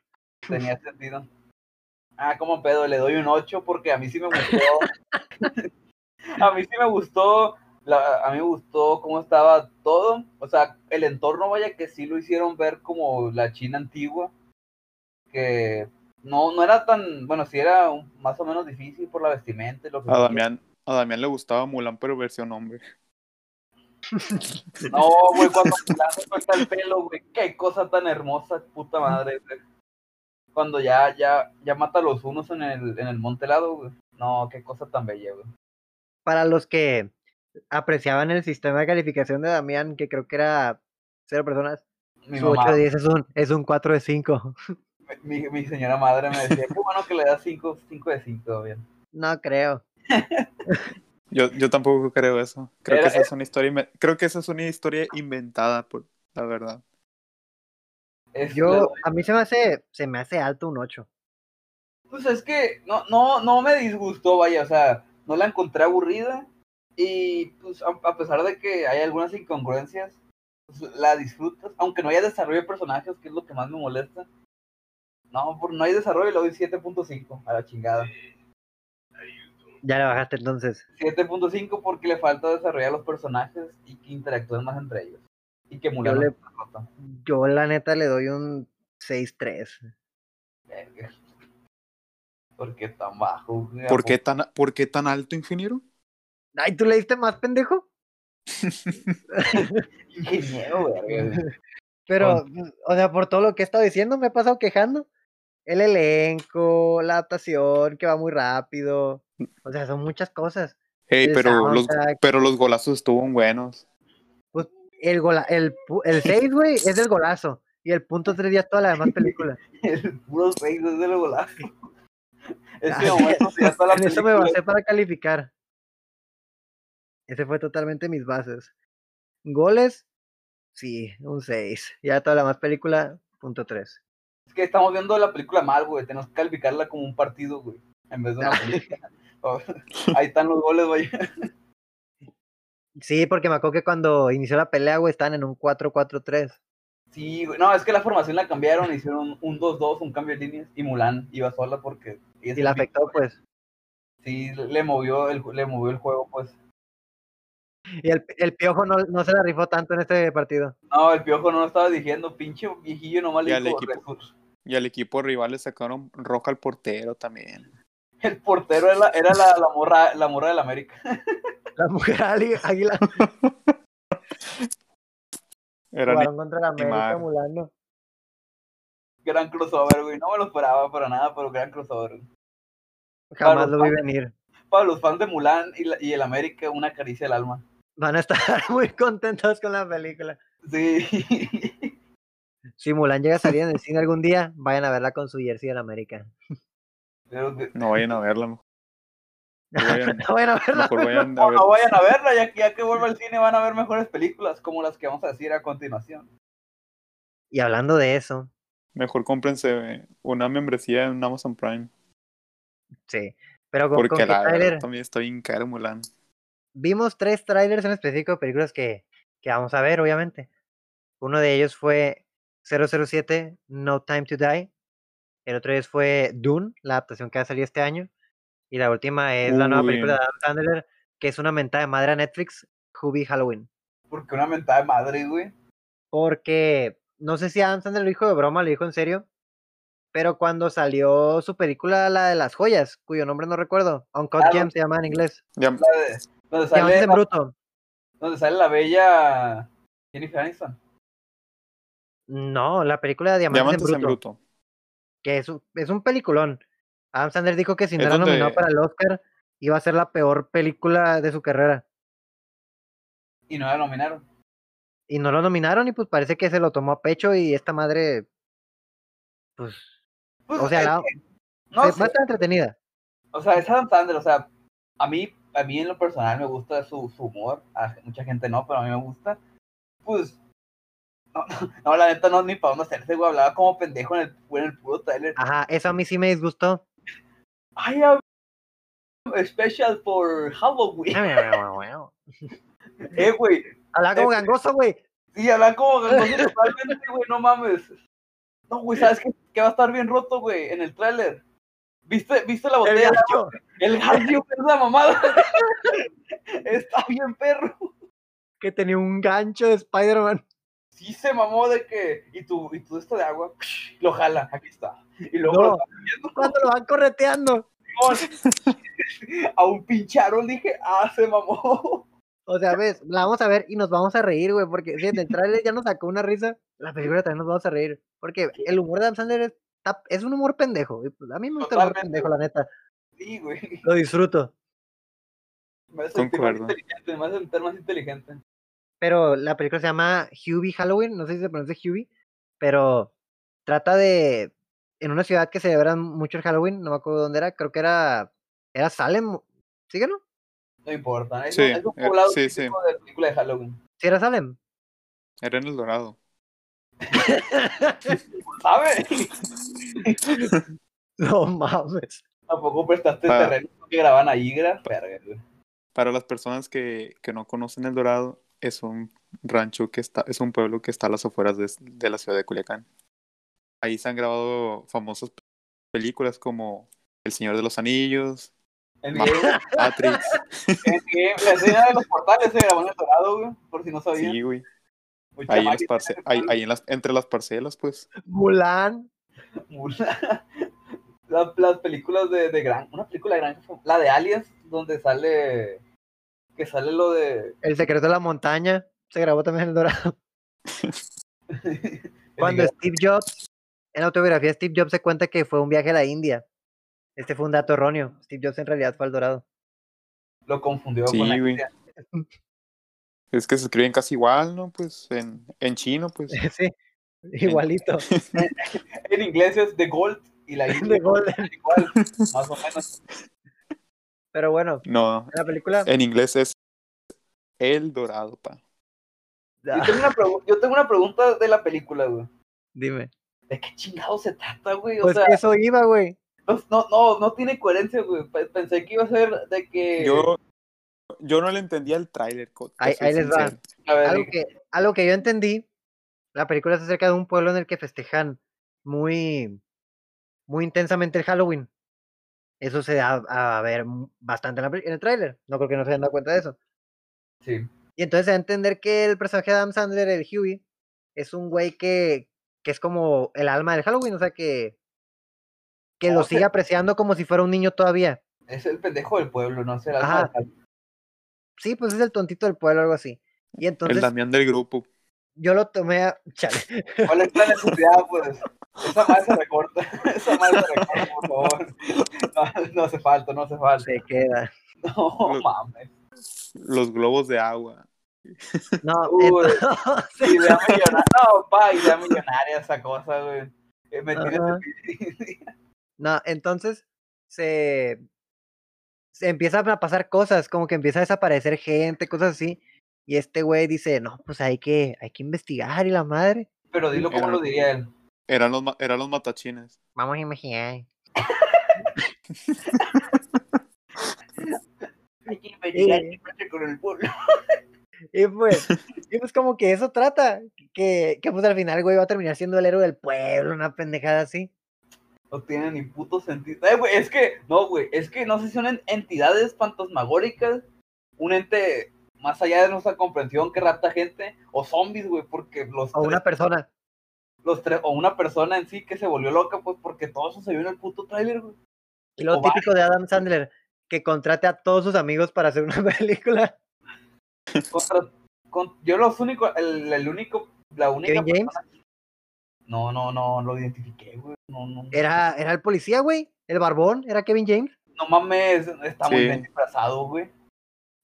Tenía sentido. Ah, como pedo, le doy un 8 porque a mí sí me gustó. a mí sí me gustó. La, a mí me gustó cómo estaba todo. O sea, el entorno, vaya que sí lo hicieron ver como la China antigua. Que no, no era tan. Bueno, sí era un- más o menos difícil por la vestimenta. y Lo que
A Ah, Damián, a Damián le gustaba Mulan, pero versión hombre.
No, güey, cuando Mulan se corta el pelo, güey, qué cosa tan hermosa, puta madre, güey. Cuando ya, ya, ya mata a los unos en el, en el monte helado, güey. No, qué cosa tan bella, güey.
Para los que apreciaban el sistema de calificación de Damián, que creo que era cero personas,
Mi
su 8
mamá,
de 10 es un, es un 4 de 5.
mi, mi señora madre me decía, qué bueno que le das 5 de 5, bien.
[laughs] No creo.
Yo, yo tampoco creo eso. Creo
Era-
que esa es una historia inve- creo que esa es una historia inventada, por la verdad.
Es- le
Yo,
doy-
a mí se me hace, se me hace alto un 8.
Pues es que no, no, no me disgustó, vaya, o sea, no la encontré aburrida. Y pues a, a pesar de que hay algunas incongruencias, pues, la disfrutas, aunque no haya desarrollo de personajes, que es lo que más me molesta. No, por no hay desarrollo, le doy 7.5 a la chingada.
Ya le bajaste entonces.
7.5 porque le falta desarrollar los personajes y que interactúen más entre ellos. Y que
Yo,
Mulan
le,
no se rota.
yo la neta le doy un 6-3.
Verga. ¿Por qué tan bajo? güey?
¿Por qué tan, ¿por qué tan alto, ingeniero?
Ay, ¿tú le diste más, pendejo?
Ingeniero, verga, güey.
Pero, pues, o sea, por todo lo que he estado diciendo, me he pasado quejando. El elenco, la adaptación, que va muy rápido.
Mm.
O sea, son muchas cosas.
Ey,
El
pero los,
soundtrack.
pero los golazos estuvieron buenos.
El, gola, el, pu-
[laughs]
el 6, güey, es del golazo. Y el punto 3 ya es toda la demás película.
El [laughs] puro 6 es el golazo. [laughs] Ese
Ah,
momento se hasta la
en eso me
película.
basé para calificar. Ese fue totalmente mis bases. Goles, sí, un 6. Ya toda la más película, punto 3.
Es que estamos viendo la película mal, güey. Tenemos que calificarla como un partido, güey. En vez de
Ah,
una película. Oh, Ahí están los goles, güey. [laughs]
Sí, porque me acuerdo que cuando inició la pelea, güey, estaban en un 4-4-3.
Sí, güey. No, es que la formación la cambiaron. Hicieron un 2-2, un cambio de líneas. Y Mulan iba sola porque... ella
Y
se
la
pica,
afectó,
güey.
pues.
Sí, le movió el, le movió el juego, pues.
Y el, el piojo no, no se la rifó tanto en este partido.
No, el Piojo no lo estaba diciendo. Pinche viejillo nomás
Y
le
al
dijo...
equipo.
"Jesús".
Y al equipo rival le sacaron roja al portero también.
[laughs] El portero era, la, era la, la morra, la morra del América.
La mujer [laughs] ali- águila
Eran
jugaron contra la América
animal.
Mulano.
Gran crossover, güey. No me lo esperaba para nada, pero gran crossover, güey.
Jamás lo vi
Pablo.
venir.
para los fans de Mulan y, la- y el América, una caricia al alma.
Van a estar [laughs] muy contentos con la película.
Sí. [laughs]
Si Mulan llega a salir en el cine algún día, vayan a verla con su jersey del América. [laughs]
Pero que-
No vayan a verla. Mejor vayan,
No vayan a
[laughs]
verla.
mejor vayan a
no,
ver.
no vayan a verla, ya que, ya que vuelva al cine van a ver mejores películas como las que vamos a decir a continuación.
Y hablando de eso,
Mejor cómprense una membresía en Amazon Prime.
sí. Pero con, con
Porque
qué
la verdad
tráiler?
también está bien caro Mulan.
Vimos tres trailers en específico de películas que, que vamos a ver, obviamente. Uno de ellos fue 007, No Time to Die. El otro es fue Dune, la adaptación que va a salir este año. Y la última es la nueva
Uy.
película de Adam Sandler, que es una mentada de madre a Netflix, Hubby Halloween.
Porque una mentada de madre, güey.
Porque no sé si Adam Sandler lo dijo de broma, lo dijo en serio. Pero cuando salió su película, la de las joyas, cuyo nombre no recuerdo, Uncut
Ah, no.
Gems se llama en inglés,
Ya,
La de- donde,
Diamantes
sale
en
la,
Bruto.
donde sale la bella Jennifer Aniston.
No, la película de Diamantes,
Diamantes
en, bruto, que es un, es un peliculón. Adam Sandler dijo que si no
Es
era nominado
donde-
para el Oscar, iba a ser la peor película de su carrera.
Y no la nominaron.
Y no lo nominaron y pues parece que se lo tomó a pecho y esta madre, pues,
Pues,
o sea,
es
la-
que- no
se-
sé,
va a estar entretenida.
O sea, es Adam Sandler, o sea, a mí, a mí en lo personal me gusta su, su humor, a mucha gente no, pero a mí me gusta. Pues, no, [laughs] no, la neta no es ni para dónde hacerse, güey, hablaba como pendejo en el, en el puro trailer.
Ajá, eso a mí sí me disgustó.
I am special for
[laughs]
Halloween.
Hablaba
Eh, güey,
como gangoso, güey.
sí, hablaba como gangoso totalmente, güey, no mames. No, güey, ¿sabes qué, qué va a estar bien roto, güey, en el trailer? ¿Viste, ¿Viste la botella?
El
de
gacho.
agua? El [laughs] gallo, es la mamada. Está bien, perro.
Que tenía un gancho de Spider-Man. [laughs]
Sí se mamó de que. Y tu, y tu esto de agua, lo jala, aquí está. Y luego
No,
lo
cuando lo van correteando.
Simón. a un pincharol dije, ah, se mamó.
O sea, ves, la vamos a ver y nos vamos a reír, güey, porque si en el tráiler ya nos sacó una risa, la película también nos vamos a reír. Porque el humor de Adam Sandler es, está- es un humor pendejo. y pues A mí me gusta el humor
Totalmente,
pendejo, la neta.
Sí, güey.
Lo disfruto.
Me hace sentir más
Concuerdo.
inteligente, me hace sentir más inteligente.
Pero la película se llama Hubie Halloween, no sé si se pronuncia Hubie, pero trata de. En una ciudad que celebran mucho el Halloween, no me acuerdo dónde era, creo que era. Era Salem. ¿Sí que no?
No importa. Es,
Sí,
un, es un
eh,
poblado
sí, sí.
típico de película de Halloween.
¿Sí era Salem?
Era en el dorado.
¿Sabes?
No [laughs] mames.
Tampoco prestaste
Pa-
terreno que graban ahí, gra. Verga, güey.
Para las personas que, que no conocen el dorado, es un rancho que está, es un pueblo que está a las afueras de, de la ciudad de Culiacán. Ahí se han grabado famosas películas como El Señor de los Anillos,
En
Ma-
game,
[laughs]
Matrix.
en game, la escena de los portales se grabó en el dorado, güey. Por si no sabían.
Sí, güey.
Muy
Ahí, en las
chamaquito,
parce-
ese
ahí,
pueblo.
ahí en las, entre las parcelas, pues.
Mulan.
Mula. [laughs] La- las películas de, de gran, una película de gran, la de Alias, donde sale, que sale lo de [laughs]
El secreto de la montaña. Se grabó también en el Dorado. Cuando Steve Jobs, en la autobiografía de Steve Jobs se cuenta que fue un viaje a la India. Este fue un dato erróneo. Steve Jobs en realidad fue al Dorado.
lo confundió
Sí,
con la
güey.
India.
Es que se escriben casi igual, ¿no? Pues en, en chino, pues.
sí, [laughs] igualito. [laughs]
En inglés es The Gold y la India
The Golden.
es igual, más o menos.
Pero bueno,
No,
la película.
en inglés es El Dorado, pa.
Yo
Ah,
tengo, una pregu- yo tengo una pregunta de la película, güey.
[laughs] dime.
¿De qué chingado se trata, güey? O
Pues
sea,
que eso iba, güey.
no, no, no, no tiene coherencia, güey. Pe- Pensé que iba a ser de que...
Yo, yo no le entendía el tráiler. co- te
Ahí-
soy
ahí les va.
sincero.
a ver,
Algo que, algo que yo entendí, la película es acerca de un pueblo en el que festejan muy, muy intensamente el Halloween. Eso se da a ver mu- bastante en, la peli- en el tráiler. No creo que no se hayan dado cuenta de eso.
sí.
Y entonces se da a entender que el personaje de Adam Sandler, el Huey, es un güey que, que es como el alma del Halloween, o sea que, que
Oh,
lo
o sea-
sigue apreciando como si fuera un niño todavía.
Es el pendejo del pueblo, no será
Ajá. Sí, pues es el tontito del pueblo, algo así. Y
El
entonces
Damián del grupo.
yo lo tomé a... [laughs] chale,
¿Cuál es la necesidad, pues? Esa madre se recorta. [laughs] Esa madre se recorta, por favor. No, no hace falta, no hace falta.
se queda.
No, mames.
Los globos de agua.
No,
Uy.
entonces-
Idea millonaria. No, pa, idea millonaria esa cosa, güey. Eh, Me tienes
Ajá. No, entonces se, se empiezan a pasar cosas, como que empieza a desaparecer gente, cosas así. Y este güey dice, no, pues hay que, hay que investigar y la madre.
Pero dilo como lo diría él.
Eran los, ma- eran los matachines.
Vamos a imaginar.
Hay que
investigar qué
con el pueblo.
Y pues, y pues como que eso trata, que, que pues al final el güey va a terminar siendo el héroe del pueblo, una pendejada así.
No tiene ni puto sentido. Eh, güey, es que, no, güey, es que no sé si son en- entidades fantasmagóricas, un ente más allá de nuestra comprensión que rapta gente, o zombies, güey, porque los
O
tres-
una persona.
los tres, o una persona en sí que se volvió loca, pues porque todo eso se vio en el puto tráiler, güey.
Y lo
o varios.
típico de Adam Sandler, que contrate a todos sus amigos para hacer una [laughs] película.
Contra- con- yo los únicos, el, el único, la única
Kevin
persona- No, no, no, lo identifiqué, güey. No, no,
Era, era el policía, güey. El barbón, era Kevin James.
no mames, está muy
Sí.
bien disfrazado, güey.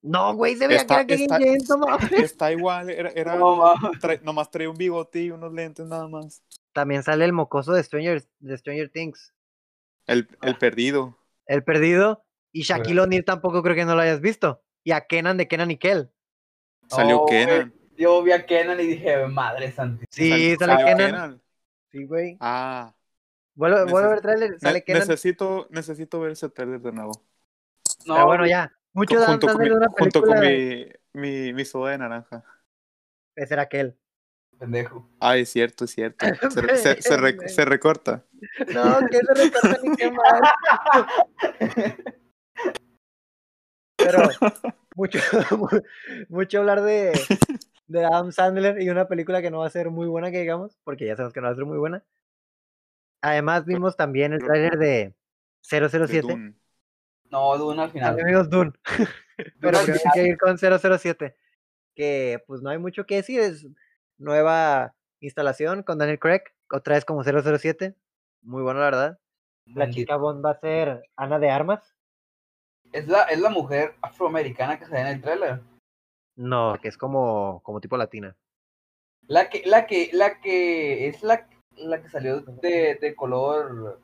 No, güey, se veía que
Está-
era Kevin
está-
James, no [laughs]
[laughs]
mames.
Está igual, era,
Ah.
era-
No mames.
tra- nomás traía un bigote y unos lentes nada más.
También sale el mocoso de Stranger, de Stranger Things.
El, el
Ah.
perdido.
El perdido. Y
Bueno.
Shaquille O'Neal tampoco creo que no lo hayas visto. Y a Kenan de Kenan y Kel.
Salió
No, güey.
Kenan.
Yo vi a Kenan y dije, madre santísima.
Sí,
Sal-
sale
salió
Kenan. Sí, güey.
Ah.
Vuelvo, vuelvo a
Neces-
ver el tráiler, sale
Ne-
Kenan.
necesito, necesito ver ese trailer de nuevo.
No,
Pero Ah, bueno, ya. Mucho
Co-
Dan
junto con,
Sandler
mi,
de una
junto con
película.
mi, mi, mi soda de naranja.
Ese era aquel.
pendejo.
Ah, es cierto, es
[laughs]
cierto. Se, se- se re- se recorta. [laughs]
No, que se recorta ni qué más.
Pero mucho, [laughs] mu- mucho hablar de, de Adam Sandler y una película que no va a ser muy buena, que digamos, porque ya sabemos que no va a ser muy buena. Además, vimos también el tráiler de
De
007.
Dune.
No, Dune al final.
Amigos Dune. Pero
al
creo que hay que ir con 007. Que pues no hay mucho que decir. Es nueva instalación con Daniel Craig. Otra vez como 007. Muy bueno, la verdad. La chica Bond va a ser Ana de Armas.
Es la, es la mujer afroamericana que se ve en el tráiler.
No, que es como, como tipo latina.
La que, la que, la que es la, la que salió de, de color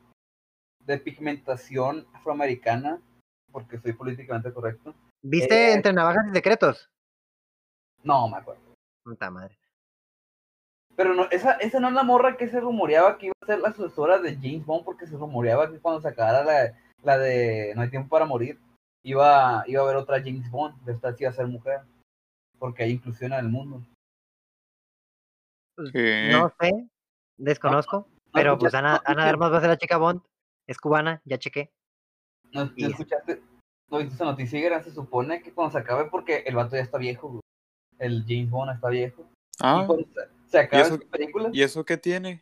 de pigmentación afroamericana, porque soy políticamente correcto.
¿Viste
Eh,
Entre Navajas y Secretos?
No, me acuerdo.
Puta madre.
Pero no, esa, esa no es la morra que se rumoreaba que iba a ser la sucesora de James Bond, porque se rumoreaba que cuando sacara la, la de No hay tiempo para morir, iba, iba a haber otra James Bond, de esta sí iba a ser mujer, porque hay inclusión en el mundo.
¿Qué?
No sé, desconozco. Pero pues Ana, Ana de Armas va a ser la chica Bond. Es cubana, ya chequé.
No, ¿no
Y-
escuchaste, no viste esa noticia, Gran? se supone que cuando se acabe, porque el vato ya está viejo, güey. el James Bond está viejo, y
Ah,
cuando se, se acabe
eso-
su película,
¿y eso qué tiene?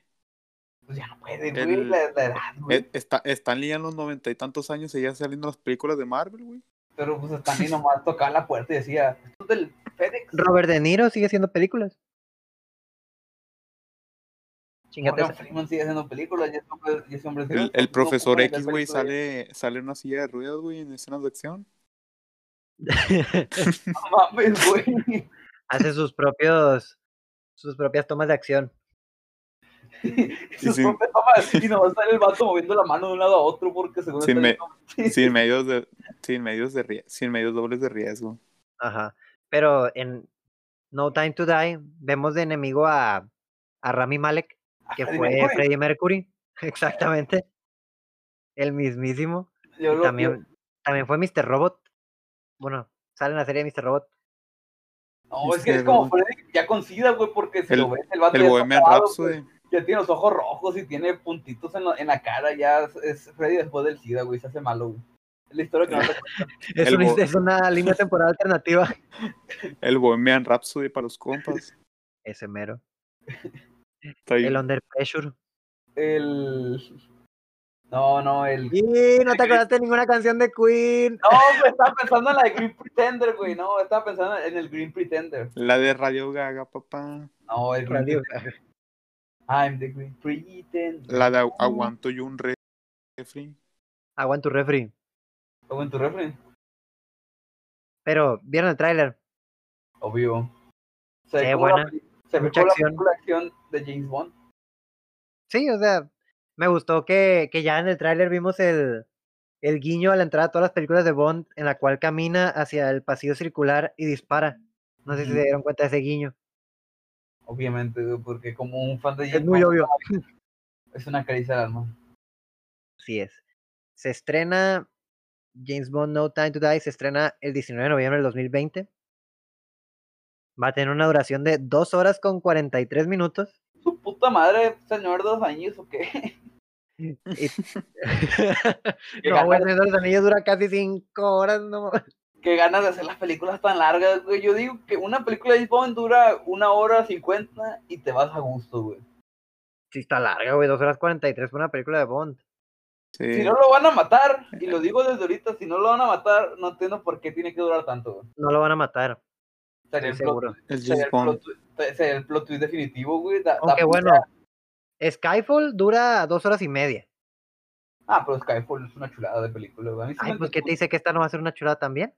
pues ya no puede,
el-
güey, la, la edad, güey.
Eh, Está, están ya en los noventa y tantos años y ya saliendo las películas de Marvel, güey.
Pero pues hasta a mí nomás tocaba la puerta y decía, ¿esto es del FedEx?
Robert De Niro sigue haciendo películas. Chingate
Morgan
esa.
Freeman sigue haciendo películas y ese hombre, y ese hombre
El, el profesor X, güey, sale, sale en una silla de ruedas, güey, en escenas de acción.
No mames,
[laughs]
güey.
hace sus propios sus propias tomas de acción.
Y,
sin-
sin... nomás, y nomás sale el vato moviendo la mano de un lado a otro porque según este
Sin
está
me-
viendo-
Sin medios de, sin medios de rie- sin medios dobles de riesgo.
Ajá. Pero en No Time to Die vemos de enemigo a, a Rami Malek, que
Ah,
fue
dime, güey,
Freddie Mercury, [laughs] exactamente. El mismísimo.
yo
y
lo- yo-
también, también fue Mr. Robot. Bueno, sale en la serie de Mr. Robot.
No, es
Este,
que es como
no.
Freddy ya con sida, güey, porque si
El-
lo ves, el vato
El
ya, está
Bohemian
acabado, güey,
Rhapsody.
ya tiene los ojos rojos y tiene puntitos en, la- en la cara. Ya es- es Freddy después del sida, güey, se hace malo, güey. Es la historia
Eh.
que no te
Es,
El
una,
bo-
es una línea temporal alternativa.
El Bohemian Rhapsody para los compas.
Ese mero.
Está ahí.
El Under Pressure.
El. No, no, el.
Y no te acordaste de ninguna canción de Queen.
No, güey, estaba pensando en la de Green Pretender, güey. No, estaba pensando en el Green Pretender.
La de Radio Gaga, papá.
No, el Green
Radio
Pretender. I'm the Green Pretender.
La de Agu- Aguanto yo un re- refri.
Aguanta tu refri.
¿Cómo en tu refri?
Pero, ¿vieron el tráiler?
Obvio. Se
Sí,
ve como
buena.
la peli- Se ve
Mucha
como la
acción.
película de acción de James Bond.
Sí, o sea, me gustó que, que ya en el tráiler vimos el, el guiño a la entrada de todas las películas de Bond en la cual camina hacia el pasillo circular y dispara. No sé si se
Ujú.
dieron cuenta de ese guiño.
Obviamente, güey, porque como un fan de James
Es muy
Bond,
obvio.
es una caricia al alma.
Así es. Se estrena James Bond No Time to Die, se estrena el 19 de noviembre del 2020. Va a tener una duración de 2 horas con 43 minutos.
Su puta madre, señor dos años, ¿o
[laughs]
qué? [laughs]
Y... [laughs]
Que
no,
gana-
bueno, Señor de los Anillos dura casi 5 horas, no.
Qué ganas de hacer las películas tan largas, güey. Yo digo que una película de James Bond dura una hora cincuenta y te vas a gusto, güey.
Sí, está larga, güey. 2 horas 43 por una película de Bond.
Sí.
Si no lo van a matar, y lo digo desde ahorita, si no lo van a matar, no entiendo por qué tiene que durar tanto. güey.
No lo van a matar,
Sería
estoy
el plot,
seguro.
El
sería
James
el
Bond.
plot twist- sería el plot twist definitivo, güey. Da- da
Aunque
pena.
bueno, Skyfall dura 2 horas y media.
Ah, pero Skyfall es una chulada de película, güey. A mí sí
Ay,
me
pues ¿qué te
gustó
dice que esta no va a ser una chulada también?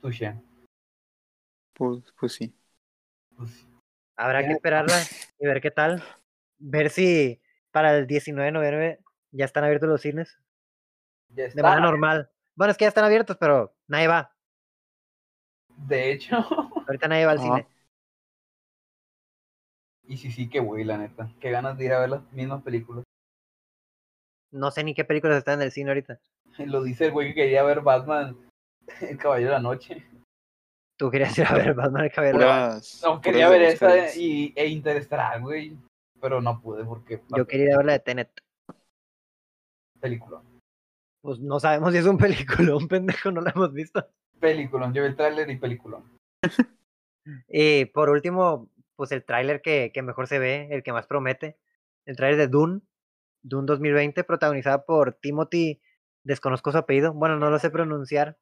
Touché.
Pues, pues sí.
Pues,
Habrá que
Ya.
esperarla y ver qué tal. Ver si para el 19 de noviembre ya están abiertos los cines
ya
de manera
está.
normal. Bueno, es que ya están abiertos, pero nadie va.
De hecho, [laughs]
Ahorita nadie va al
Ah,
cine.
y sí, sí, qué güey, la neta. Qué ganas de ir a ver las mismas películas.
No sé ni qué películas están en el
[laughs]
cine ahorita.
Lo dice el güey que quería ver Batman, El Caballero de la Noche.
Tú querías ir a ver Batman el Caballero. Blanco.
Puras-
No,
puras
quería ver esa
groserías.
y, e Interestelar, güey. Pero no pude porque
Yo quería ir a ver la de Tenet.
película.
Pues no sabemos si es un [laughs] peliculón, pendejo, no la hemos visto.
Película, yo vi el tráiler y película.
Y por último, pues el tráiler que, que mejor se ve, el que más promete, el tráiler de Dune, Dune 2020, protagonizada por Timothy, desconozco su apellido, bueno, no lo sé pronunciar.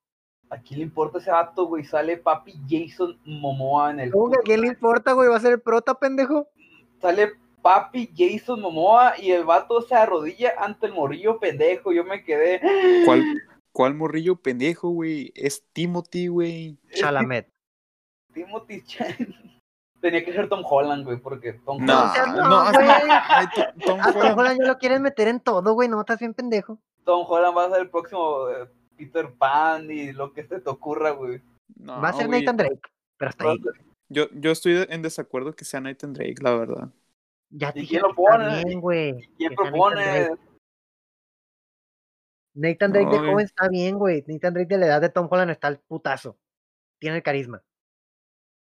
¿A quién le importa ese vato, güey? Sale papi Jason Momoa en
[laughs]
el.
¿Cómo que a quién le importa, güey? ¿Va a ser el prota, pendejo?
Sale papi Jason Momoa y el vato se arrodilla ante el morrillo pendejo. Yo me quedé. ¡Ah!
¿Cuál, cuál morrillo pendejo, güey? Es Timothy, güey.
[laughs] Chalamet.
Timothy Chen. Tenía que ser Tom Holland, güey, porque Tom
No,
seas
no,
mamón,
hasta-
güey.
ay, Tom- Tom
Ah,
[laughs]
Tom
Holland.
Holland ya lo quieres meter en todo, güey, no, estás bien pendejo.
Tom Holland va a ser el próximo eh, Peter Pan y lo que se te ocurra, güey.
No,
Va a ser
güey.
Nathan Drake, pero hasta ahí.
Yo, yo estoy de- en desacuerdo que sea Nathan Drake, la verdad.
Ya te
quién
dije
lo
que
pone?
está bien, güey.
¿Quién
que sea Nathan
propone?
Drake. Nathan Drake
No,
de
güey.
joven está bien, güey. Nathan Drake de la edad de Tom Holland está al putazo. Tiene el carisma.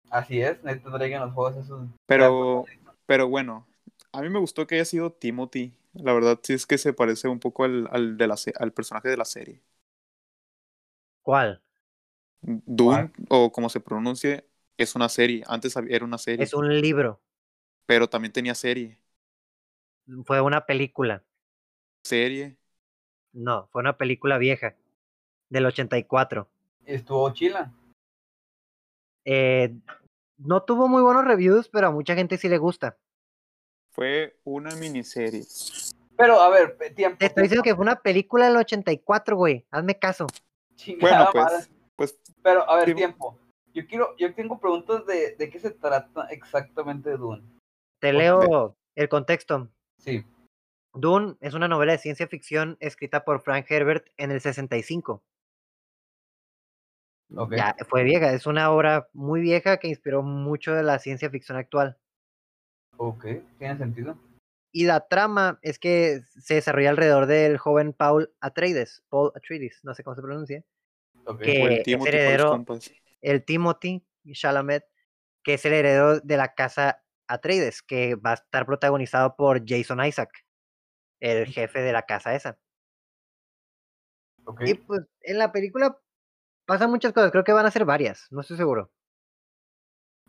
Así es, Nathan Drake en los juegos es un.
Pero, pero bueno, a mí me gustó que haya sido Timothy. La verdad, sí es que se parece un poco al, al, de la, se- al personaje de la serie.
¿Cuál?
Dune, o como se pronuncie, es una serie. Antes hab- era una serie,
Es un libro.
pero también tenía serie.
Fue una película.
Serie.
No, fue una película vieja. Del 84.
Estuvo chila.
Eh, no tuvo muy buenos reviews, pero a mucha gente sí le gusta.
Fue una miniserie.
Pero, a ver, pe- tiempo.
Te estoy diciendo
tiempo.
que fue una película del 84, güey. Hazme caso.
Chingada
Bueno, pues,
madre.
pues
Pero, a ver,
sí.
tiempo. Yo quiero, yo tengo preguntas de, de qué se trata exactamente Dune.
Te
Ponte.
leo el contexto.
Sí.
Dune es una novela de ciencia ficción escrita por Frank Herbert en el 65.
Ok.
Ya fue vieja, es una obra muy vieja que inspiró mucho de la ciencia ficción actual.
Ok, tiene sentido.
Y la trama es que se desarrolla alrededor del joven Paul Atreides, Paul Atreides, no sé cómo se pronuncia,
Ok.
Que-
fue
Eh, es
el Timothy para
heredero-
los compas.
el Timothy Chalamet, que es el heredero de la casa Atreides, que va a estar protagonizado por Jason Isaac, el jefe de la casa esa.
ok.
Y pues en la película pasan muchas cosas, creo que van a ser varias, no estoy seguro.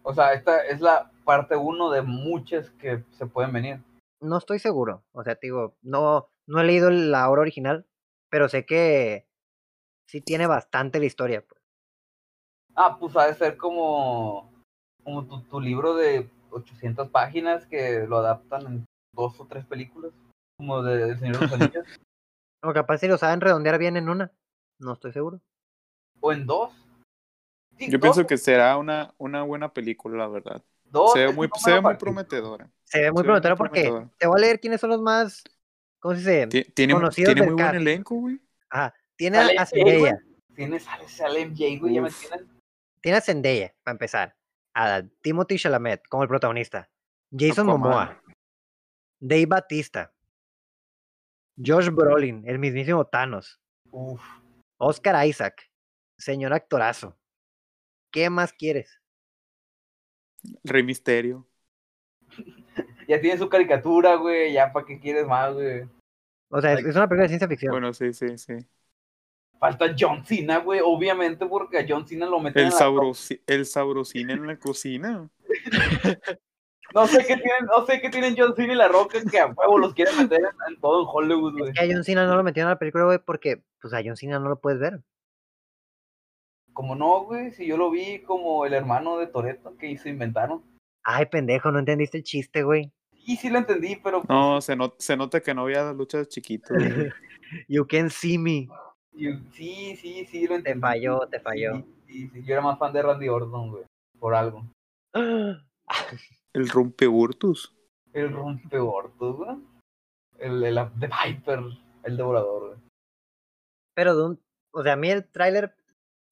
O sea, esta es la parte uno de muchas que se pueden venir.
No estoy seguro. O sea, te digo, no, no he leído la obra original, pero sé que sí tiene bastante la historia. pues.
Ah, pues ha de ser como, como tu, tu libro de 800 páginas que lo adaptan en dos o tres películas, como de El Señor de los [laughs] Anillos,
O capaz si lo saben redondear bien en una. No estoy seguro.
o en dos. Sí,
Yo
dos,
pienso que será una, una buena película, la verdad.
Oh,
dos
Se ve
es
muy,
una
se ve
buena
muy
parte.
prometedora.
Se ve muy
Se ve muy
prometedora porque
prometedora.
te voy a leer quiénes son los más. ¿Cómo se dice?
Ti- Tiene,
Conocidos
tiene
del
muy buen
cast.
elenco, güey.
Ajá. Tiene
Sale
a
Jay, güey.
Zendaya.
Tiene, sale, sale MJ, güey, ya me
Uf.
tienen.
Tiene a Zendaya, para empezar. A Timothy Chalamet como el protagonista. Jason
Aquaman.
Momoa. Dave Batista. Josh Brolin, el mismísimo Thanos.
Uf,
Oscar Isaac, señor actorazo. ¿Qué más quieres?
Rey Misterio.
ya tiene su caricatura, güey, ya para qué quieres más, güey.
O sea, es,
Ay,
es una película de ciencia ficción.
Bueno, sí, sí, sí.
Falta John Cena, güey, obviamente porque a John Cena lo meten
El,
en la
sabrosi- el sabrosina en la cocina.
No sé qué tienen, no sé qué tienen John Cena y La Roca que a huevo los quieren meter en, en todo en Hollywood, güey.
es que a John Cena no lo metieron a la película, güey, porque pues a John Cena no lo puedes ver.
Como no, güey, si yo lo vi como el hermano de Toreto que se inventaron.
Ay, pendejo, no entendiste el chiste, güey.
Y sí lo entendí, pero pues,
No, se, not- se nota que no había lucha de chiquitos.
[laughs]
güey.
You can see me.
yo- sí, sí, sí lo entendí.
falló, te falló.
Sí, sí, sí, Yo era más fan de Randy Orton, güey, por algo.
¡Ah!
El rompeburtus.
El rompeortos, güey. El, el de Viper, el devorador, güey.
Pero de un, o sea, a mí el tráiler,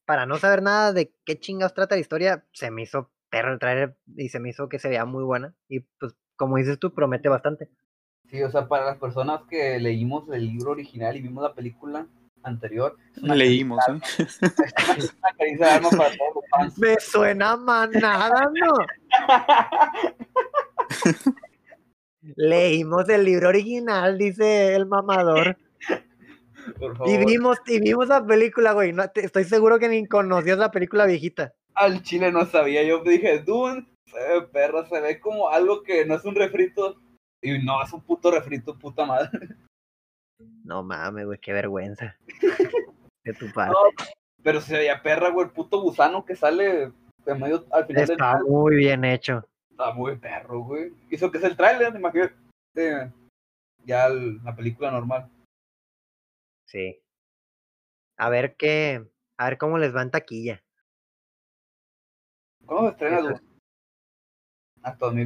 para no saber nada de qué chingados trata la historia, se me hizo perro el tráiler y se me hizo que se veía muy buena. Y pues, como dices tú, promete bastante.
Sí, o sea, para las personas que leímos el libro original y vimos la película, anterior. Es una
Leímos, ¿eh?
caricia- una caricia de alma para todos los
[laughs]
fans.
Me suena manada, ¿no?
Leímos el libro original, dice el mamador.
Por
Y
favor.
vimos, y vimos la película, güey. No, te- estoy seguro que ni conocías la película viejita.
Al chile no sabía. Yo dije, Dune, se ve perra, se ve como algo que no es un refrito. Y no, es un puto refrito, puta madre. [laughs]
No mames, güey, qué vergüenza. De tu parte.
No, pero se veía perra, güey, el puto gusano que sale de medio al final del
Está muy bien hecho.
Está muy perro, güey. Y eso que es el tráiler, imagínate. Ya el- la película normal.
Sí. A ver qué. A ver cómo les va en taquilla.
¿Cuándo se estrena?
Esa.
Dune? Hasta 2020.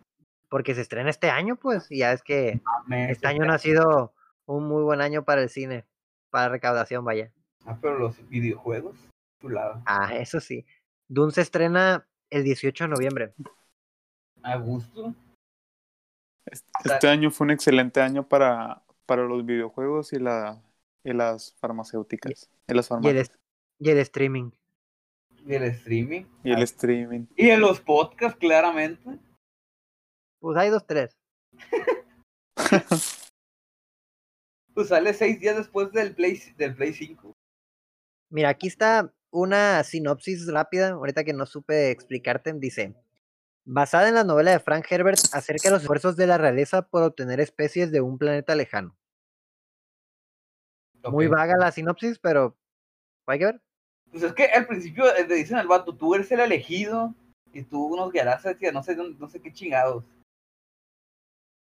Porque, porque se estrena este año, pues. Y ya es que
Mames,
este año no ha sido un muy buen año para el cine. Para recaudación, vaya.
Ah, pero los videojuegos, chulada.
Ah, eso sí. Dune se estrena el 18 de noviembre.
A gusto.
Este año fue un excelente año para, para los videojuegos y, la, y las farmacéuticas. Y las
Y el,
farmacias.
es- y el streaming.
Y el streaming.
Y el streaming.
Y en los podcasts, claramente.
Pues hay dos, tres.
Pues sale seis días después del Play, del Play 5.
Mira, aquí está una sinopsis rápida, ahorita que no supe explicarte, dice, basada en la novela de Frank Herbert acerca de los esfuerzos de la realeza por obtener especies de un planeta lejano. Muy
Ok.
vaga la sinopsis, pero hay que ver.
Pues es que al principio eh, le dicen al vato, tú eres el elegido y tú nos guiarás hacia no sé, dónde- no sé qué chingados.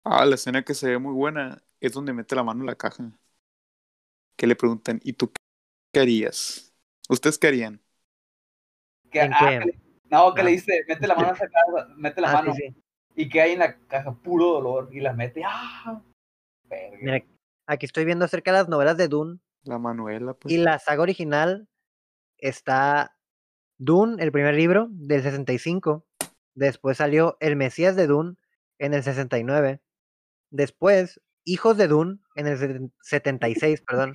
Ah, la escena que se ve muy buena es donde mete la mano en la caja. Que le preguntan, ¿y tú qué harías? ¿Ustedes qué harían?
Que,
¿En
ah,
qué?
que le- no, que
Ah.
le dice, mete la mano en esa caja, mete la
Ah, sí,
mano.
sí.
Y que hay en la caja puro dolor y la mete. ¡Ah! Verga.
Mira, aquí estoy viendo acerca de las novelas de Dune
La Manuela, pues.
y la saga original está Dune, el primer libro, del 65. Después salió El Mesías de Dune en el 69. Después, Hijos de Dune en el seten- 76, perdón.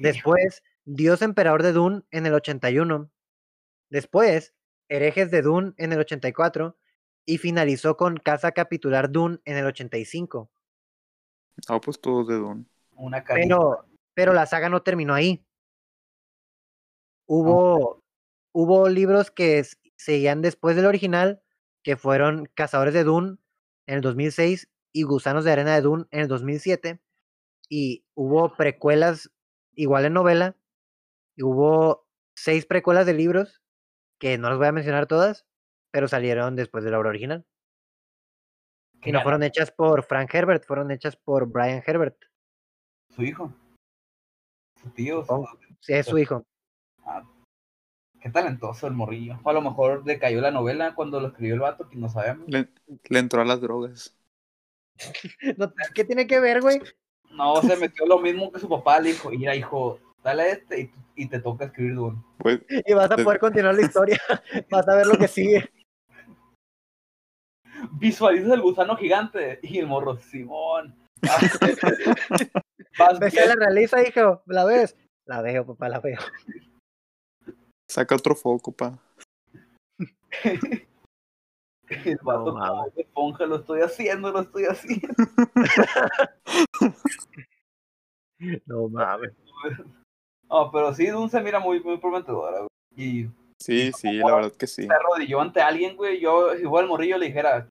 Después, Dios Emperador de Dune en el 81. Después, Herejes de Dune en el 84. Y finalizó con Casa Capitular Dune en el 85.
Ah, pues todos de Don.
Una caricia.
Pero, pero la saga no terminó ahí. Hubo, hubo libros que s- seguían después del original, que fueron Cazadores de Dune en el 2006 y Gusanos de Arena de Dune en el 2007. Y hubo precuelas igual en novela. Y hubo seis precuelas de libros, que no las voy a mencionar todas, pero salieron después de la obra original.
Qué
Y no
gana
fueron hechas por Frank Herbert, fueron hechas por Brian Herbert.
Su hijo. Su tío. su-
Supongo. Sí, es su
Pues-
hijo.
Qué talentoso el morrillo. O a lo mejor le cayó la novela cuando lo escribió el vato, que no sabemos.
Le, le entró a las drogas.
No, ¿Qué tiene que ver, güey?
No,
[laughs]
se metió lo mismo que su papá le dijo. Mira, hijo, dale este y, tú- y te toca escribir Dune.
Pues,
Y vas a poder continuar la [laughs] historia. Vas a ver lo que [laughs] sigue.
Visualizas el gusano gigante y el morro, Simón. [laughs] Vas
¿Ves
bien.
la realiza, hijo? ¿La ves? La veo, papá, la veo.
saca otro foco, pa.
El vato,
No, mames.
"Ay, esponja, lo estoy haciendo, lo estoy haciendo.
[laughs]
[laughs]
No mames.
No, pero sí, Dune se mira muy, muy prometedora, güey. Y
Sí, sí, la verdad que sí.
se arrodilló ante alguien, güey. Yo igual al morrillo le dijera,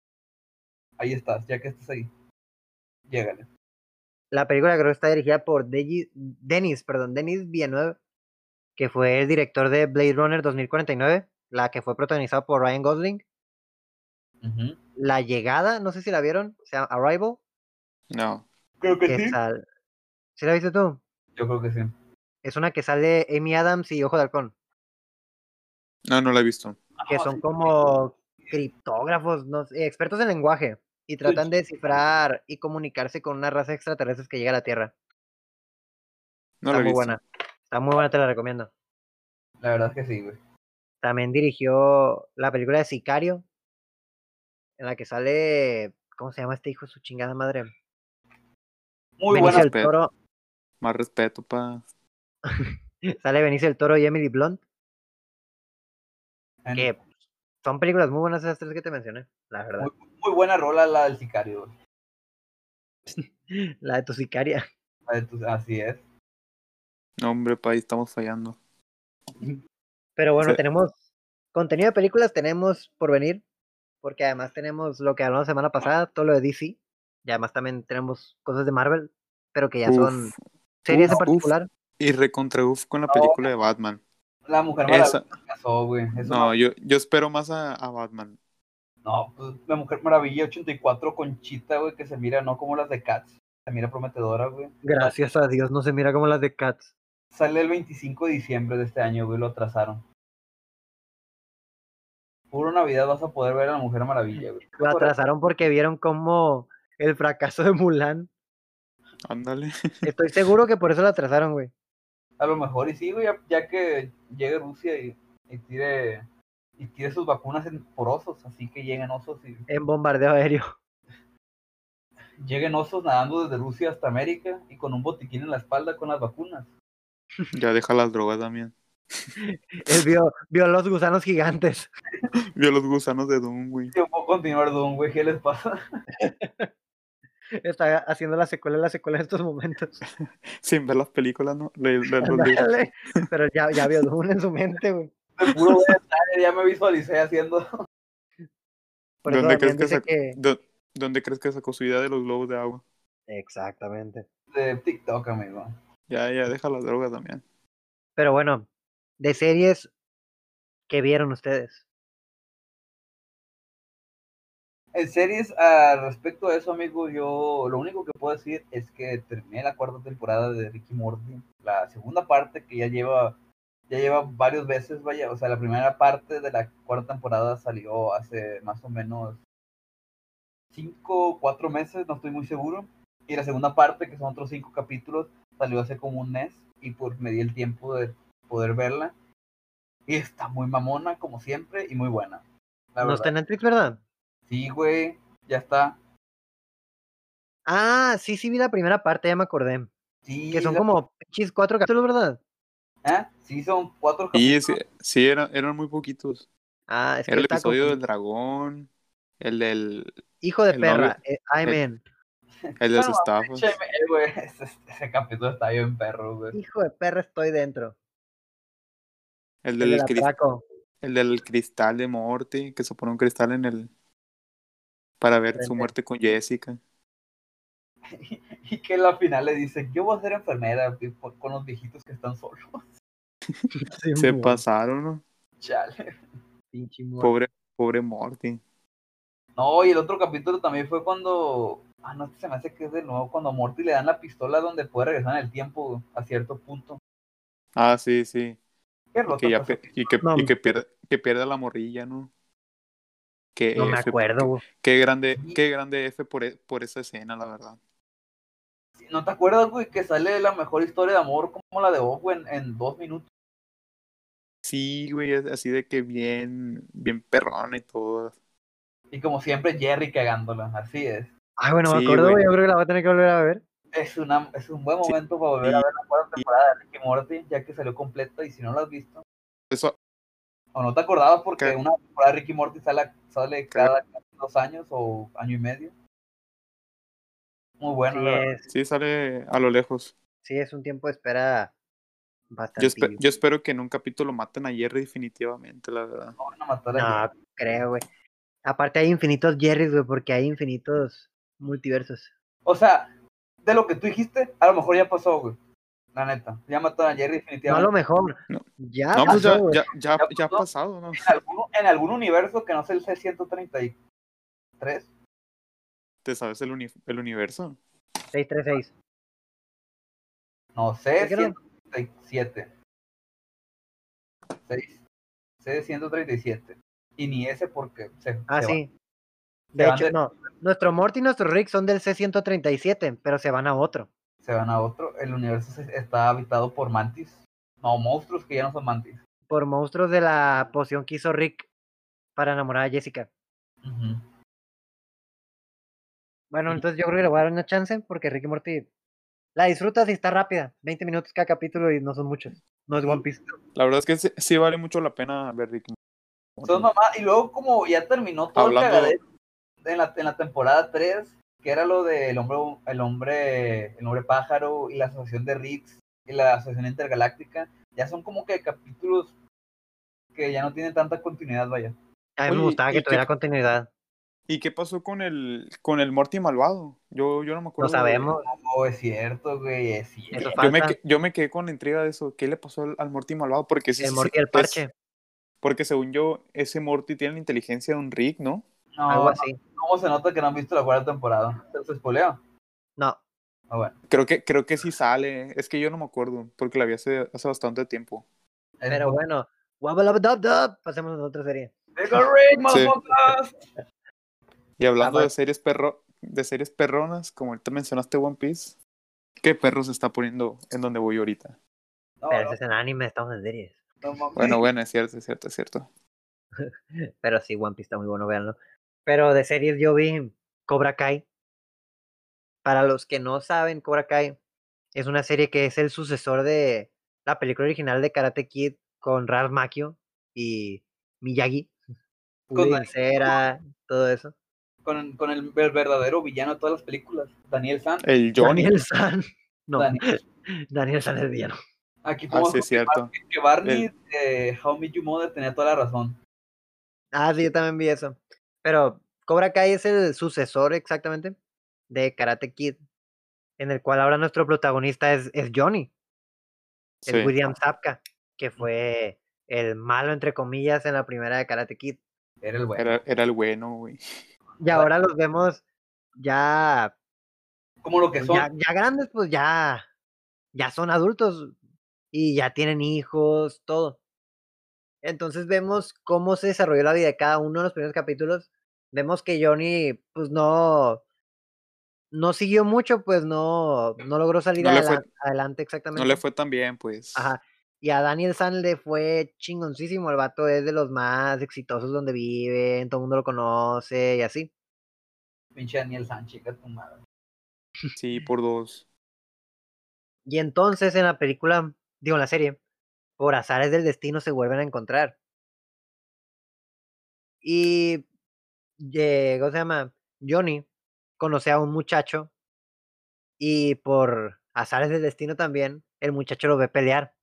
ahí estás, ya que estás ahí. Llégale.
La película creo que está dirigida por Deji- Denis, perdón, Denis Villeneuve, que fue el director de Blade Runner 2049, la que fue protagonizada por Ryan Gosling.
Ujú.
La llegada, no sé si la vieron, o sea, Arrival.
No.
Creo que
Que
sí.
sal- ¿Sí la viste tú?
Yo creo que sí.
Es una que sale Amy Adams y Ojo de Halcón,
No, no la he visto.
que
Ah,
son
sí.
como criptógrafos, no sé, expertos en lenguaje, y tratan de descifrar y comunicarse con una raza extraterrestre que llega a la Tierra. Está
No la he
muy
visto.
buena. Está muy buena, te la recomiendo.
La verdad es que sí, güey.
También dirigió la película de Sicario, en la que sale. ¿Cómo se llama este hijo de su chingada madre?
Muy
Benicio
buena.
del
Pero-
Toro.
Más respeto, pa.
Sale Benicio del Toro y Emily Blunt.
En-
Que son películas muy buenas esas tres que te mencioné, la verdad.
Muy buena rola la del sicario, güey.
La de tu sicaria.
La de tus- Así es.
No, hombre, pa, ahí estamos fallando.
Pero bueno,
Sí.
tenemos contenido de películas, tenemos por venir, porque además tenemos lo que hablamos semana pasada, todo lo de DC, y además también tenemos cosas de Marvel, pero que ya son
Uf,
series en
uf, uf.
particular.
y recontra uf con la película de Batman.
La mujer
Esa-
maravilla se casó, güey. Eso
No, yo, yo espero más a, a Batman.
No, pues la Mujer Maravilla 84 Conchita, güey, que se mira no como las de Cats, se mira prometedora, güey.
Gracias a Dios, no se mira como las de Cats.
Sale el 25 de diciembre de este año, güey, lo atrasaron. Puro Navidad vas a poder ver a la Mujer Maravilla, güey.
Lo atrasaron porque vieron como el fracaso de Mulan.
Ándale. [laughs]
Estoy seguro que por eso lo atrasaron, güey.
A lo mejor y sí, güey, ya, ya que llegue Rusia y, y tire y tire sus vacunas en, por osos, así que lleguen osos y
En bombardeo [laughs] aéreo.
lleguen osos nadando desde Rusia hasta América y con un botiquín en la espalda con las vacunas.
Ya deja las drogas también.
Él vio, vio los gusanos gigantes.
Vio los gusanos de Doom, güey.
Yo puedo continuar, Don, güey, ¿qué les pasa?
Está haciendo la secuela de la secuela en estos momentos.
Sin ver las películas, ¿no? Le- le- los
[laughs]
libros.
Ándale, Pero ya, ya vio Dune en su mente, güey.
De puro ver a Tyler, ya me visualicé haciendo.
Por
¿De
eso
dónde
Damián
crees que
dice
sacó-
que...
¿Dó- ¿Dónde crees que sacó su idea de los globos de agua?
Exactamente.
de TikTok, amigo.
Ya, ya, deja las drogas también.
Pero bueno, de series que vieron ustedes.
En Eh, series, ah, respecto a eso, amigo, yo lo único que puedo decir es que terminé la cuarta temporada de Ricky Morty, la segunda parte que ya lleva, ya lleva varias veces, vaya, o sea, la primera parte de la cuarta temporada salió hace más o menos cinco, cuatro meses, no estoy muy seguro, y la segunda parte, que son otros cinco capítulos, salió hace como un mes, y pues me di el tiempo de poder verla, y está muy mamona, como siempre, y muy buena. La
No
verdad.
está en Netflix, ¿verdad?
Sí, güey, ya está.
Ah, sí, sí vi la primera parte, ya me acordé.
Sí,
Que son
la-
como pinches cuatro capítulos, ¿verdad?
¿eh? Sí, son cuatro
Y
capítulos.
sí, sí, eran, eran muy poquitos.
Ah, es que
Era el
está
pues.
episodio del
confundido.
dragón, el del,
Hijo de
el novio-
perra, eh, I mean,
el de
Bueno,
sus estafas.
Che, me- güey, [laughs] ese, ese capítulo está bien perro, güey.
hijo de perra estoy dentro.
El
El
del,
del
cris-
atraco.
el del cristal de muerte, que se pone un cristal en el... Para ver su
Frente.
muerte con Jessica.
Y que en la final le dice, yo voy a ser enfermera güey, por- con los viejitos que están solos.
[laughs]
[laughs]
Sí,
Se
mo-
pasaron, ¿no?
Chale.
pinche mo-
Pobre, pobre Morty.
No, y el otro capítulo también fue cuando... Ah, no, este se me hace que es de nuevo cuando a Morty le dan la pistola donde puede regresar en el tiempo güey, a cierto punto.
Ah, sí, sí.
Qué pues.
Y
roto
que, ya
está
pe- y que,
No.
y que pierde, que pierda la morrilla, ¿no? Que
No me
F-
acuerdo, güey.
Qué grande,
Sí.
qué grande F por, e- por esa escena, la verdad.
esa- ¿No te acuerdas, güey, que sale la mejor historia de amor como la de Bob en, en dos minutos?
Sí, güey, es así de que bien, bien perrón y todo.
Y como siempre, Jerry cagándola. Así es.
Ay, bueno, me
Sí,
acuerdo,
güey.
güey. Yo creo que la voy a tener que volver a ver.
Es, una, es un buen
Sí,
momento para volver a
y-
ver la cuarta temporada de Ricky Morty, ya que salió completa y si no la has visto,
Eso,
o no te acordabas porque
Claro.
una temporada de Ricky Morty sale, sale cada dos años o año y medio. Muy bueno,
Sí
la verdad.
es,
sí sale a lo lejos.
sí, es un tiempo de espera bastante.
Yo, espe- yo espero que en un capítulo maten a Jerry definitivamente, la verdad.
No van a matar a
pues, No, creo, güey. Aparte hay infinitos Jerrys, güey, porque hay infinitos multiversos.
O sea, de lo que tú dijiste, a lo mejor ya pasó, güey. La neta, ya mataron a
No a lo
Jerry definitivamente.
mejor.
No.
Ya
No, pues
Ah, pasó,
ya,
güey.
ya, ya,
Ya
ya ha
pasó.
pasado, ¿no?
En algún, en algún universo que no sea el C-133.
¿Te sabes el, uni- el universo?
636.
No,
¿Qué creo?
C-137. 6. C-137. Y ni ese porque se,
Ah,
se va.
sí. De
se van
hecho,
de-
no. Nuestro Morty y nuestro Rick son del C-137, pero se van a otro.
se van a otro. El universo se- está habitado por mantis. No, monstruos que ya no son mantis.
Por monstruos de la poción que hizo Rick para enamorar a Jessica. Bueno, entonces yo creo que le voy a dar una chance porque Rick y Morty La disfrutas y está rápida. 20 minutos cada capítulo y no son muchos. No es One Piece.
La verdad es que sí, sí vale mucho la pena ver Rick. and Morty.
Son mamá, y luego como ya terminó todo
Hablando-
el cagadero en la, en la temporada 3, que era lo del hombre, el hombre, el hombre pájaro y la asociación de Riggs y la asociación intergaláctica, ya son como que capítulos que ya no tienen tanta continuidad, vaya.
A mí me
Oye,
gustaba
¿y
que
qué-
tuviera continuidad.
¿Y qué pasó con el con el Morty malvado? Yo, yo no me
No
acuerdo. de-
sabemos.
Oh, es cierto, güey, es cierto.
Eso
Yo me,
falta.
que- yo me quedé con la intriga de eso. ¿Qué le pasó al, al Morty malvado? Porque sí,
El
sí,
Morty
sí,
del
es-
parche.
porque según yo, ese Morty tiene la inteligencia de un Rick, ¿no?
No,
Algo así.
¿Cómo se nota que no han visto la cuarta temporada? ¿Se los spoileo?
No.
Ah, bueno.
Creo que, creo que sí sale. Es que yo no me acuerdo, porque la vi hace, hace bastante tiempo.
Es
Pero
por-
bueno. Wabalabadabdab. Pasemos a otra serie.
Big Rick, motherfuckers.
Y hablando
Ah,
de series perro, de series perronas, como ahorita mencionaste One Piece, ¿qué perro se está poniendo en donde voy ahorita?
No,
Pero
no,
ese es en anime, estamos en series.
no mames.
Bueno, bueno, es cierto, es cierto, es cierto.
Pero sí, One Piece está muy bueno, véanlo. Pero de series yo vi Cobra Kai. Para los que no saben, Cobra Kai es una serie que es el sucesor de la película original de Karate Kid con Ralph Macchio y Miyagi.
Con
Con
Daniel
cera, todo eso.
Con, con el, el verdadero villano de todas las películas, Daniel San.
El Johnny.
Daniel San. [laughs] No,
Daniel.
Daniel San es villano.
Aquí
Ah,
podemos
sí, es cierto.
confirmar que Barney de How Me You Mother tenía toda la razón.
Ah, sí, yo también vi eso. Pero Cobra Kai es el sucesor exactamente de Karate Kid, en el cual ahora nuestro protagonista es, es Johnny, es
Sí.
William Zapka, que fue el malo, entre comillas, en la primera de Karate Kid.
Era el bueno.
Era, era el bueno, güey.
Y ahora los vemos ya,
Como lo que
pues,
son.
ya, ya grandes, pues ya, ya son adultos y ya tienen hijos, todo. Entonces vemos cómo se desarrolló la vida de cada uno en los primeros capítulos. Vemos que Johnny, pues no, no siguió mucho, pues no, no logró salir
No le fue-
adelan- adelante exactamente.
No le fue tan bien, pues.
Ajá. Y a Daniel San le fue chingoncísimo. El vato es de los más exitosos donde viven, todo el mundo lo conoce y así.
Pinche Daniel San, chica, tu madre.
Sí, por dos.
Y entonces en la película, digo en la serie, por azares del destino se vuelven a encontrar. Y, eh, ¿cómo se llama? Johnny conoce a un muchacho y por azares del destino también, el muchacho lo ve pelear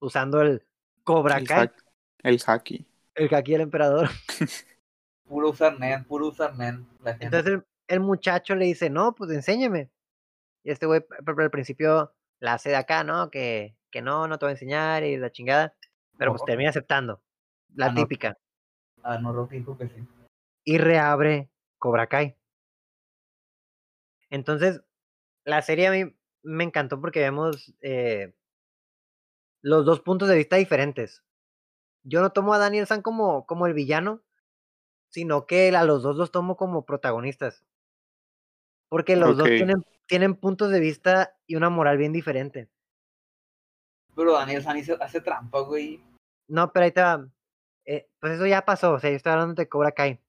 usando el Cobra
el,
Kai,
hack- el hacky.
el Kaki del emperador.
Puro usar nen, puro usar nen. La gente.
Entonces el, el muchacho le dice, no, pues enséñame. Y este güey p- p- al principio la hace de acá, ¿no? Que, que no, no te voy a enseñar y la chingada. Pero pues
Ojo.
termina aceptando. La
Ah, no.
típica.
Ah, no, Rocky dijo que sí.
Y reabre Cobra Kai. Entonces, la serie a mí me encantó porque vemos eh, los dos puntos de vista diferentes. Yo no tomo a Daniel San como, como el villano, sino que a los dos los tomo como protagonistas. Porque los dos
Ok.
tienen, tienen puntos de vista y una moral bien diferente.
Pero Daniel San hizo- hace trampa, güey.
No, pero ahí te va. Eh, pues eso ya pasó. O sea, yo estoy hablando de Cobra Kai.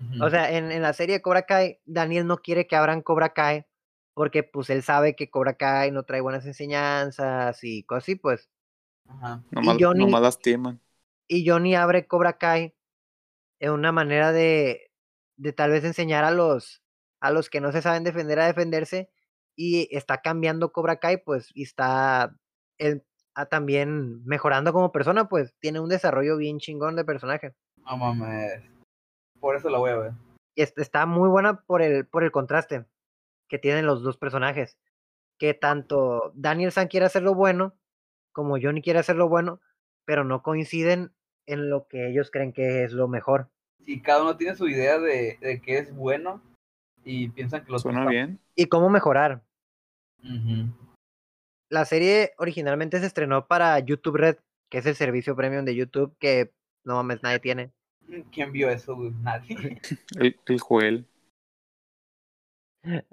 Ujú.
O sea, en, en la serie de Cobra Kai, Daniel no quiere que abran Cobra Kai porque pues él sabe que Cobra Kai no trae buenas enseñanzas y cosas así, pues.
Ajá.
Nomás,
Y Johnny-
nomás lastiman.
Y Johnny abre Cobra Kai en una manera de, de tal vez enseñar a los, a los que no se saben defender a defenderse y está cambiando Cobra Kai, pues, y está él, ah, también mejorando como persona, pues tiene un desarrollo bien chingón de personaje.
No mames. Por eso la voy a ver.
y est- este, está muy buena por el, por el contraste que tienen los dos personajes. Que tanto Daniel San quiere hacer lo bueno, como Johnny quiere hacer lo bueno, pero no coinciden en lo que ellos creen que es lo mejor.
Si cada uno tiene su idea de, de qué es bueno y piensan que lo
Suena bien.
Y cómo mejorar. La serie originalmente se estrenó para YouTube Red, que es el servicio premium de YouTube que no mames nadie tiene.
¿Quién vio eso, güey? [laughs] Nadie.
El, el Joel.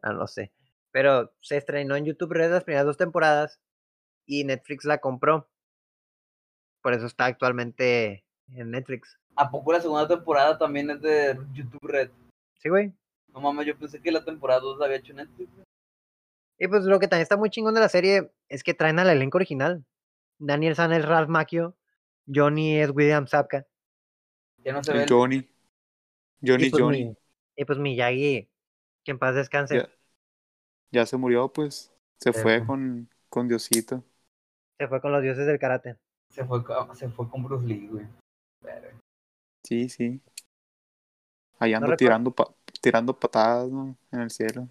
Ah, no sé. Pero se estrenó en YouTube Red las primeras dos temporadas y Netflix la compró. Por eso está actualmente en Netflix.
¿A poco la segunda temporada también es de YouTube Red?
Sí, güey.
No mames, yo pensé que la temporada 2 la había hecho Netflix. güey.
Y pues lo que también está muy chingón de la serie es que traen al elenco original. Daniel San es Ralph Macchio, Johnny es William Sapka.
Ya no se ve.
El
el-
Johnny. Johnny,
y pues
Johnny.
Mi, y pues Miyagi, que en paz descanse.
Ya. Ya se murió, pues. Se
Sí,
fue
pues.
con, con Diosito.
Se fue con los dioses del karate.
Se fue, co- se fue con Bruce Lee, güey. Pero-
Sí, sí. Allá
No
anda
recuerdo.
tirando, pa- tirando patadas ¿no? en el cielo.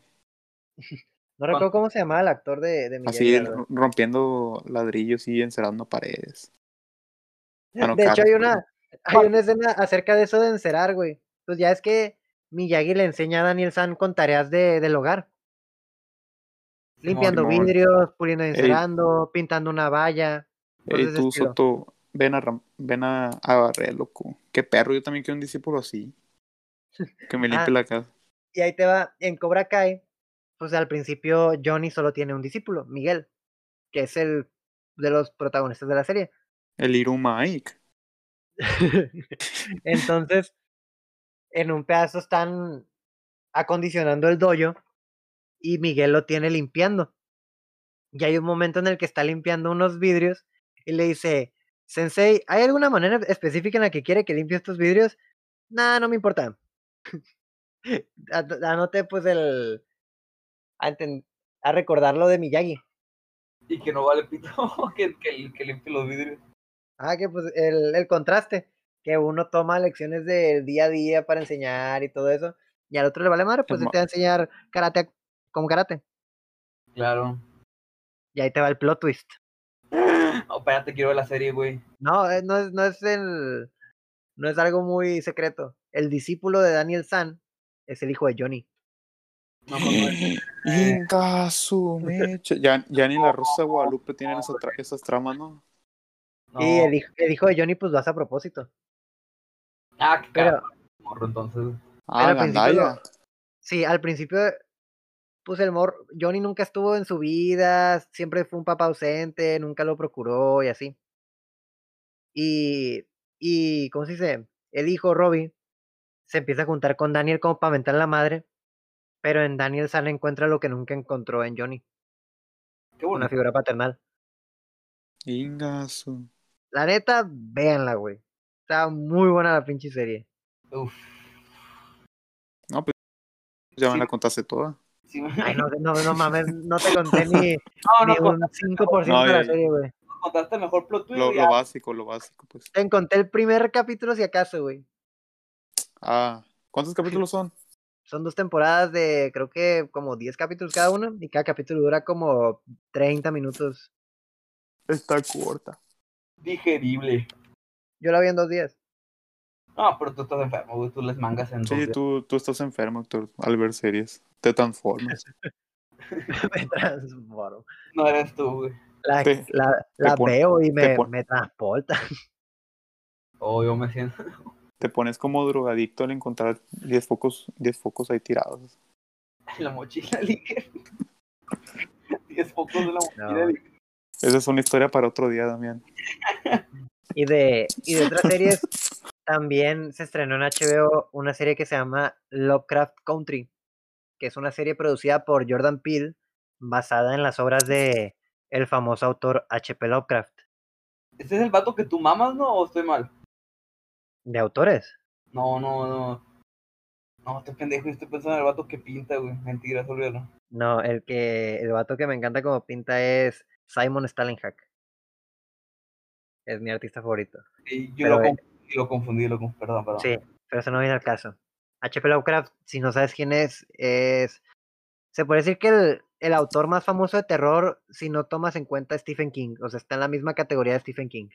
No recuerdo cómo se llamaba el actor de, de Miyagi.
Ah. Así
la
[laughs]
verdad.
r- rompiendo ladrillos y encerrando paredes. Ah, no,
de hecho, hay
Carlos,
una, hay una escena acerca de eso de encerar, güey. Pues ya es que Miyagi le enseña a Daniel San con tareas de, del hogar. Limpiando
Simón.
vidrios, puliendo y
Ey.
encerando, pintando una valla.
Ey,
cosas de ese
tú,
estilo.
Soto, ven a, ram- ven a, a barrer, loco. Qué perro, yo también quiero un discípulo así. Que me limpie
[laughs] Ah.
la casa.
Y ahí te va, en Cobra Kai, pues al principio Johnny solo tiene un discípulo, Miguel, que es el de los protagonistas de la serie.
El
[laughs]
Iruma Ike.
Entonces, en un pedazo están acondicionando el dojo y Miguel lo tiene limpiando. Y hay un momento en el que está limpiando unos vidrios y le dice, Sensei, ¿hay alguna manera específica en la que quiere que limpie estos vidrios? Nah, no me importa. [laughs] An- Anoté pues el... A, enten- a recordar lo de Miyagi.
Y que no vale pito [laughs] que, que, que limpie los vidrios.
Ah, que pues el, el contraste, que uno toma lecciones del día a día para enseñar y todo eso, y al otro le vale madre, pues él
Simón.
te va a enseñar karate a- como karate,
Claro.
y ahí te va el plot twist.
Oh, espérate, quiero ver la serie, güey.
No, eh, no es, no es el, no es algo muy secreto. El discípulo de Daniel San es el hijo de Johnny.
No, no, no.
[laughs]
Inga su mecha. Ya, ya ni la Rosa de Guadalupe tienen esa tra- esas tramas, ¿no?
Y
No.
el, hij- el hijo de Johnny pues lo hace a propósito.
Ah, qué
Pero,
caro, morro, entonces.
Pero
Ah,
al principio
Gandaya.
Sí, al principio, pues el mor, Johnny nunca estuvo en su vida, siempre fue un papá ausente, nunca lo procuró y así. Y, y ¿cómo se dice? El hijo, Robbie, se empieza a juntar con Daniel como para mentar la madre, pero en Daniel San encuentra lo que nunca encontró en Johnny,
Qué
una
bueno.
figura paternal.
Inga su.
La neta, véanla, güey. Está muy buena la pinche serie.
Uf.
No, pues ya me
Sí.
la contaste toda.
Sí, [laughs] me-
Ay, no, no, no mames, no te
[laughs]
conté ni,
no,
ni
no,
un 5% de
No,
la
ya-
serie, güey.
contaste el mejor plot twist.
Lo,
güey.
lo básico, lo básico, pues.
Te conté el primer capítulo si acaso, güey.
Ah, ¿cuántos capítulos son?
Son dos temporadas de creo que como 10 capítulos cada uno y cada capítulo dura como 30 minutos.
Está corta.
digerible.
Yo la vi en dos días. [laughs]
No, pero tú estás enfermo, güey. Tú les mangas en
Sí,
dos
tú, tú estás enfermo, doctor, al ver series. Te transformas.
Me transformo.
días. No eres tú, güey.
La,
Te-
la- la
pon-
veo y me,
pon-
me transporta. [laughs]
Oh, yo me siento. [laughs]
Te pones como drogadicto al encontrar 10 focos, 10 focos ahí tirados.
La mochila ligera. [laughs] Diez focos de la mochila
No.
ligera.
Esa es una historia para otro día, Damián.
Y de, y de otras series también se estrenó en HBO una serie que se llama Lovecraft Country, que es una serie producida por Jordan Peele basada en las obras de el famoso autor H.P. Lovecraft.
¿Este es el vato que tú mamas, no? ¿O estoy mal?
¿De autores?
No, no, no. No, este pendejo, estoy pensando en el vato que pinta, güey. Mentiras, olvídalo.
No, el que el vato que me encanta como pinta es Simon Stalenhack. Es mi artista favorito.
Sí, yo
Pero,
lo,
eh,
confundí, lo confundí, lo confundí. Perdón, perdón.
Sí, pero eso no viene al caso. H.P. Lovecraft, si no sabes quién es, es se puede decir que el, el autor más famoso de terror si no tomas en cuenta a Stephen King, o sea, está en la misma categoría de Stephen King.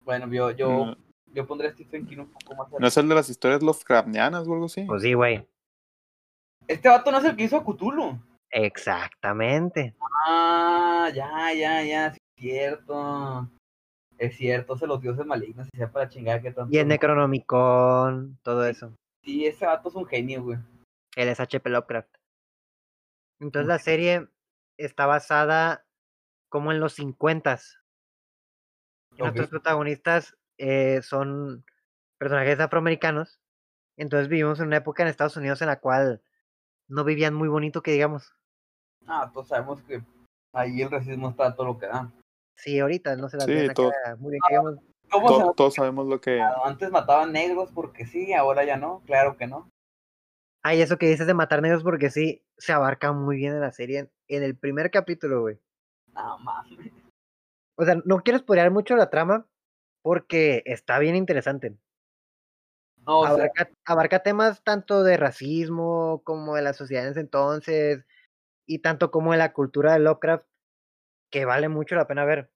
Bueno, yo, yo,
No,
yo pondré a Stephen King un poco más
Mm. ¿No es el de las historias Lovecraftianas o algo así?
Pues sí, güey.
Este vato no es el que hizo a Cthulhu.
Exactamente.
Ah, ya, ya, ya, sí, es cierto. Es cierto, se los dioses malignos, y sea para chingar que tanto.
Y el Necronomicon, todo
Sí.
eso.
Sí, ese vato es un genio, güey.
Él es H.P. Lovecraft. Entonces la serie está basada como en los 50 Nuestros
Ok.
protagonistas eh, son personajes afroamericanos. Entonces vivimos en una época en Estados Unidos en la cual no vivían muy bonito, que digamos.
Ah, todos sabemos que ahí el racismo está a todo lo que da.
Sí, ahorita no se las
Sí,
ven acá
todo- Ah.
muy bien, que digamos.
¿Cómo se Ah,
To- todos sabemos lo que.
notaba? Antes mataban negros porque sí, ahora ya no, claro que no.
Ay, Ah, eso que dices de matar negros, porque sí, se abarca muy bien en la serie, en, en el primer capítulo, güey.
Nada más.
O sea, no quiero spoilear mucho la trama, porque está bien interesante.
No, o sea,
abarca, abarca temas tanto de racismo como de la sociedad en ese entonces y tanto como de la cultura de Lovecraft que vale mucho la pena ver.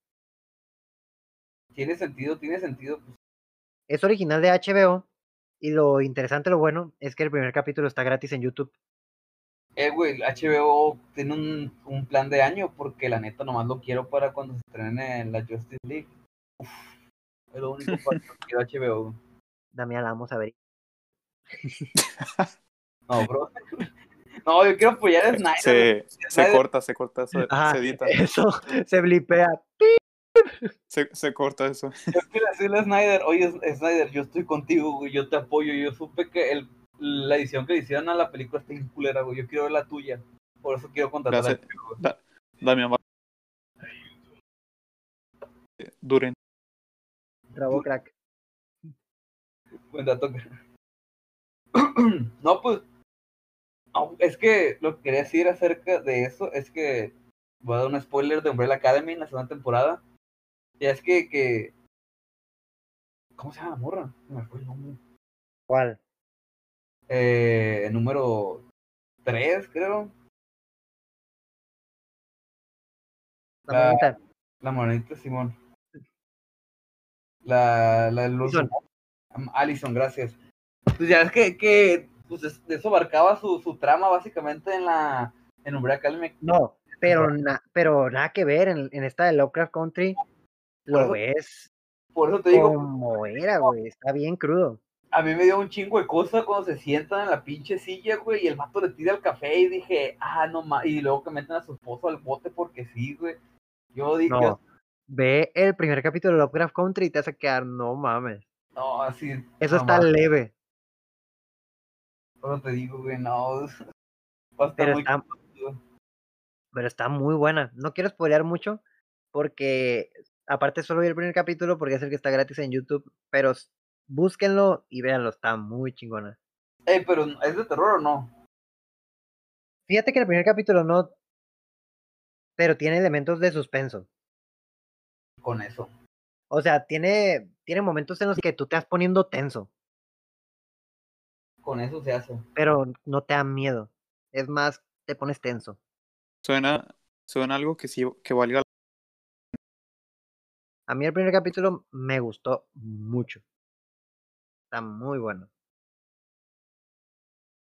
tiene sentido, tiene sentido. pues,
Es original de HBO y lo interesante, lo bueno, es que el primer capítulo está gratis en YouTube.
Eh, güey, el HBO tiene un, un plan de año porque la neta nomás lo quiero para cuando se estrene la Justice League. Uf, es lo único para lo que quiero HBO. güey.
Damián, la vamos a ver. [laughs]
No, bro. [laughs] No, yo quiero apoyar a Snyder. güey.
Se, se
Snyder-
corta, se corta, se,
Ah,
Ajá,
se edita.
eso se blipea.
Se, se corta eso.
Yo quiero decirle a Snyder, oye S- Snyder, yo estoy contigo, güey, yo te apoyo. Yo supe que el, la edición que le hicieron a la película está bien culera, güey. Yo quiero ver la tuya. Por eso quiero contratar a
Gracias. Damián va. Duren.
[laughs]
Trabó crack.
Buen dato. [clears throat] no, pues. au- Es que lo que quería decir acerca de eso es que voy a dar un spoiler de Umbrella Academy en la segunda temporada. Y es que. que ¿Cómo se llama la morra? No me acuerdo el nombre.
¿Cuál?
Eh, número 3, creo.
La
Ah,
monita.
La morenita Simón. La, la del
Alison.
último. Am- Alison, gracias. Pues ya es que, que pues es- de eso abarcaba su, su trama básicamente en la en Umbrella Academy.
No, pero, na- pero nada que ver en, en esta de Lovecraft Country. Lo
Algo-
ves
Por eso te digo,
como era, güey. Está bien crudo.
a mí me dio un chingo de cosa cuando se sientan en la pinche silla, güey, y el vato le tira el café y dije, ah, no más. Y luego que meten a su esposo al bote porque sí, güey. Yo dije,
No. Ve el primer capítulo de Lovecraft Country y te vas a quedar, no mames.
no, así.
Eso
no
está
más".
leve,
Por eso te digo, güey, no. [laughs] Va a estar
pero
muy
está,
crudo.
pero está muy buena. No quiero spoilear mucho porque aparte solo vi el primer capítulo porque es el que está gratis en YouTube, pero s- búsquenlo y véanlo, está muy chingona.
Ey, pero ¿es de terror o no?
Fíjate que el primer capítulo no, pero tiene elementos de suspenso.
Con eso.
O sea, tiene, tiene momentos en los que tú te vas poniendo tenso,
Con eso se hace.
pero no te da miedo. Es más, te pones tenso.
Suena, suena algo que sí que valga
A mí el primer capítulo me gustó mucho. Está muy bueno.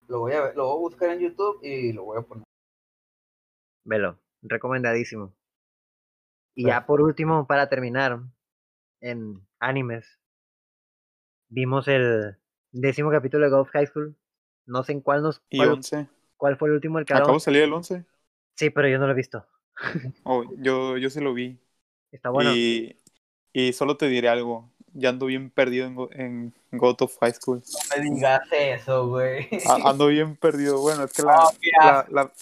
Lo voy a ver, lo voy a buscar en YouTube y lo voy a poner.
Velo, recomendadísimo. Y ya por último, para terminar, en animes, vimos el décimo capítulo de Golf High School. No sé en cuál nos
y ¿Ah,
cuál,
11.
cuál fue el último el que
Acabo de
hablamos.
salir el 11.
Sí, pero yo no lo he visto.
Oh, yo, yo sí lo vi.
Está bueno.
Y, y solo te diré algo. Ya ando bien perdido en, Go- en God of High School.
No me digas eso, güey.
A- ando bien perdido. Bueno, es que Ah, la,
[laughs] No, mira,
la, la-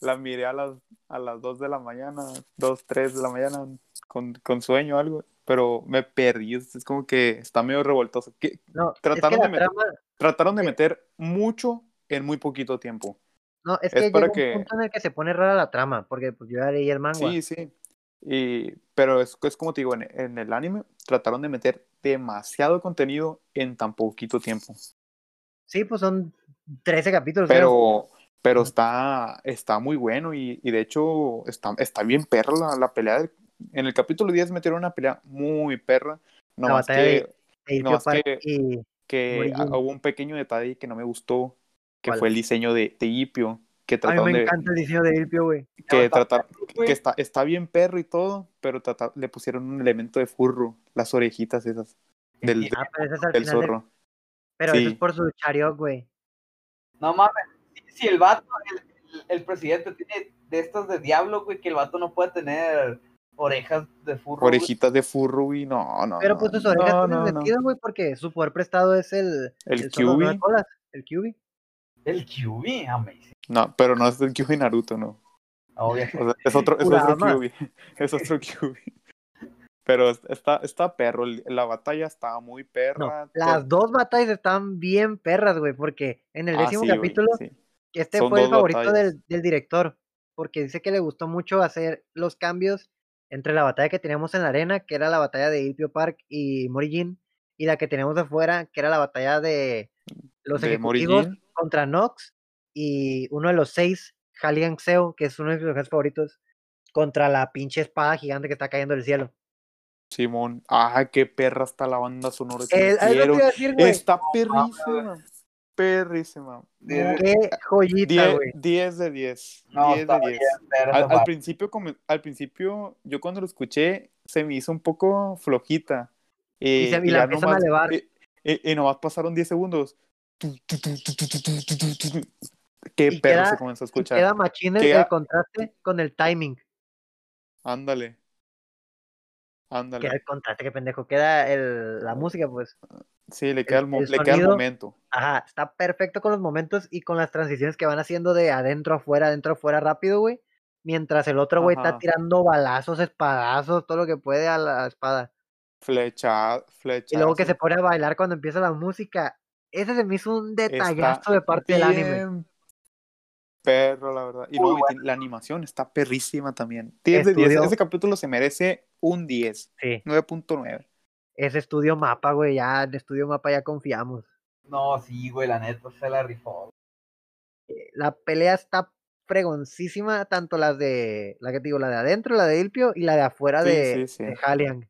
la miré a las, a las 2 de la mañana, 2, 3 de la mañana, con, con sueño o algo. Pero me perdí. Es es como que está medio revoltoso. Que-
No, es que
trataron
la
de meter-
trama-
trataron de meter mucho en muy poquito tiempo.
no, es
es
que llega
para
un
que-
punto en el que se pone rara la trama, porque pues, yo ya leí el manga.
Sí, sí. Y, pero es, es como te digo, en, en el anime trataron de meter demasiado contenido en tan poquito tiempo.
Sí, pues son 13 capítulos. creo.
Pero, pero
Ujú.
está, está muy bueno y, y de hecho está, está bien perra la, la pelea. del- en el capítulo 10 metieron una pelea muy perra. No
La
más
batalla de-
que,
E ir
no,
Pio
es
Park
que-
y-
que
Origin.
a- hubo un pequeño detalle que no me gustó, que
¿Cuál?
fue el diseño de, de Ipio,
A
que
mí
trataron
me
de,
encanta el diseño de Irpio, güey.
que
está
tratar,
güey.
que está, está bien perro y todo, pero trata- le pusieron un elemento de furro, las orejitas esas del,
Sí,
Ah, pero ese es al
del
final del-
zorro.
Pero eso
sí.
es por su chariot, güey.
No mames. Si- Si el vato, el, el- el presidente tiene de estas de diablo, güey, que el vato no puede tener orejas de furro. güey.
Orejitas de furro y no, no.
Pero
no,
pues tus orejas
no,
tienen
no, no.
sentido, güey, porque su poder prestado es el...
El
zorro de nueve
QB.
colas, El QB.
El QB, amazing.
No, pero no es el Kyuubi Naruto, no.
Obviamente.
O sea, es otro, es otro
Kurama.
Kyuubi. [laughs] Es otro Kyuubi. Pero es- está, está perro. el- La batalla está muy perra.
No, las dos batallas están bien perras, güey, porque en el
Ah,
décimo
sí, güey,
capítulo,
sí.
este
Son
fue el
dos
favorito
batallas.
del, del director, porque dice que le gustó mucho hacer los cambios entre la batalla que teníamos en la arena, que era la batalla de Ipio Park y Morigin, y la que teníamos afuera, que era la batalla de los
De
ejecutivos
Morihei.
contra Nox y uno de los seis, Halligan Xeo, que es uno de mis personajes favoritos, contra la pinche espada gigante que está cayendo del cielo.
Simón. Ah, qué perra está la banda sonora. que
El, Eh, ah, es lo que iba
hicieron. este
a decir, güey.
Está perrísima. Perrísima.
Sí, sí.
Qué joyita,
10,
güey.
de 10.
No,
10
está
de
bien,
10.
pero
Al,
esa
al
parte.
principio, como- al principio, yo cuando lo escuché, se me hizo un poco flojita. Eh,
se- y la
ya
empiezan a elevar.
eh, eh, y nomás pasaron 10 segundos. Tu, tu, tu, tu, tu, tu, tu, tu, tu, tu, tu. Qué
Y
perro
queda-
se comenzó a
Y
escuchar.
queda machín el,
Queda-
el contraste con el timing.
Ándale. Ándale.
Queda el contraste, qué pendejo. Queda el- la música, pues.
sí, le queda el, mo-
el
le queda el
sonido.
momento.
Ajá, está perfecto con los momentos y con las transiciones que van haciendo de adentro afuera, adentro afuera rápido, güey. Mientras el otro güey
Ajá.
está tirando balazos, espadazos, todo lo que puede a la espada.
Flecha, flecha.
Y luego que se pone a bailar cuando empieza la música. Ese se me hizo un detallazo de parte del anime.
Perro, la verdad. Y
Muy
luego me tiene- la animación está perrísima también. 10 de 10.
Estudio.
Ese capítulo se merece un 10.
Sí,
9.9.
ese estudio mapa, güey, ya en estudio mapa ya confiamos.
No, sí, güey, la neta se la rifó.
eh, la pelea está fregoncísima, tanto las de, la que te digo, la de adentro, la de Ilpio y la de afuera
Sí,
de,
sí,
de
sí.
Haliang.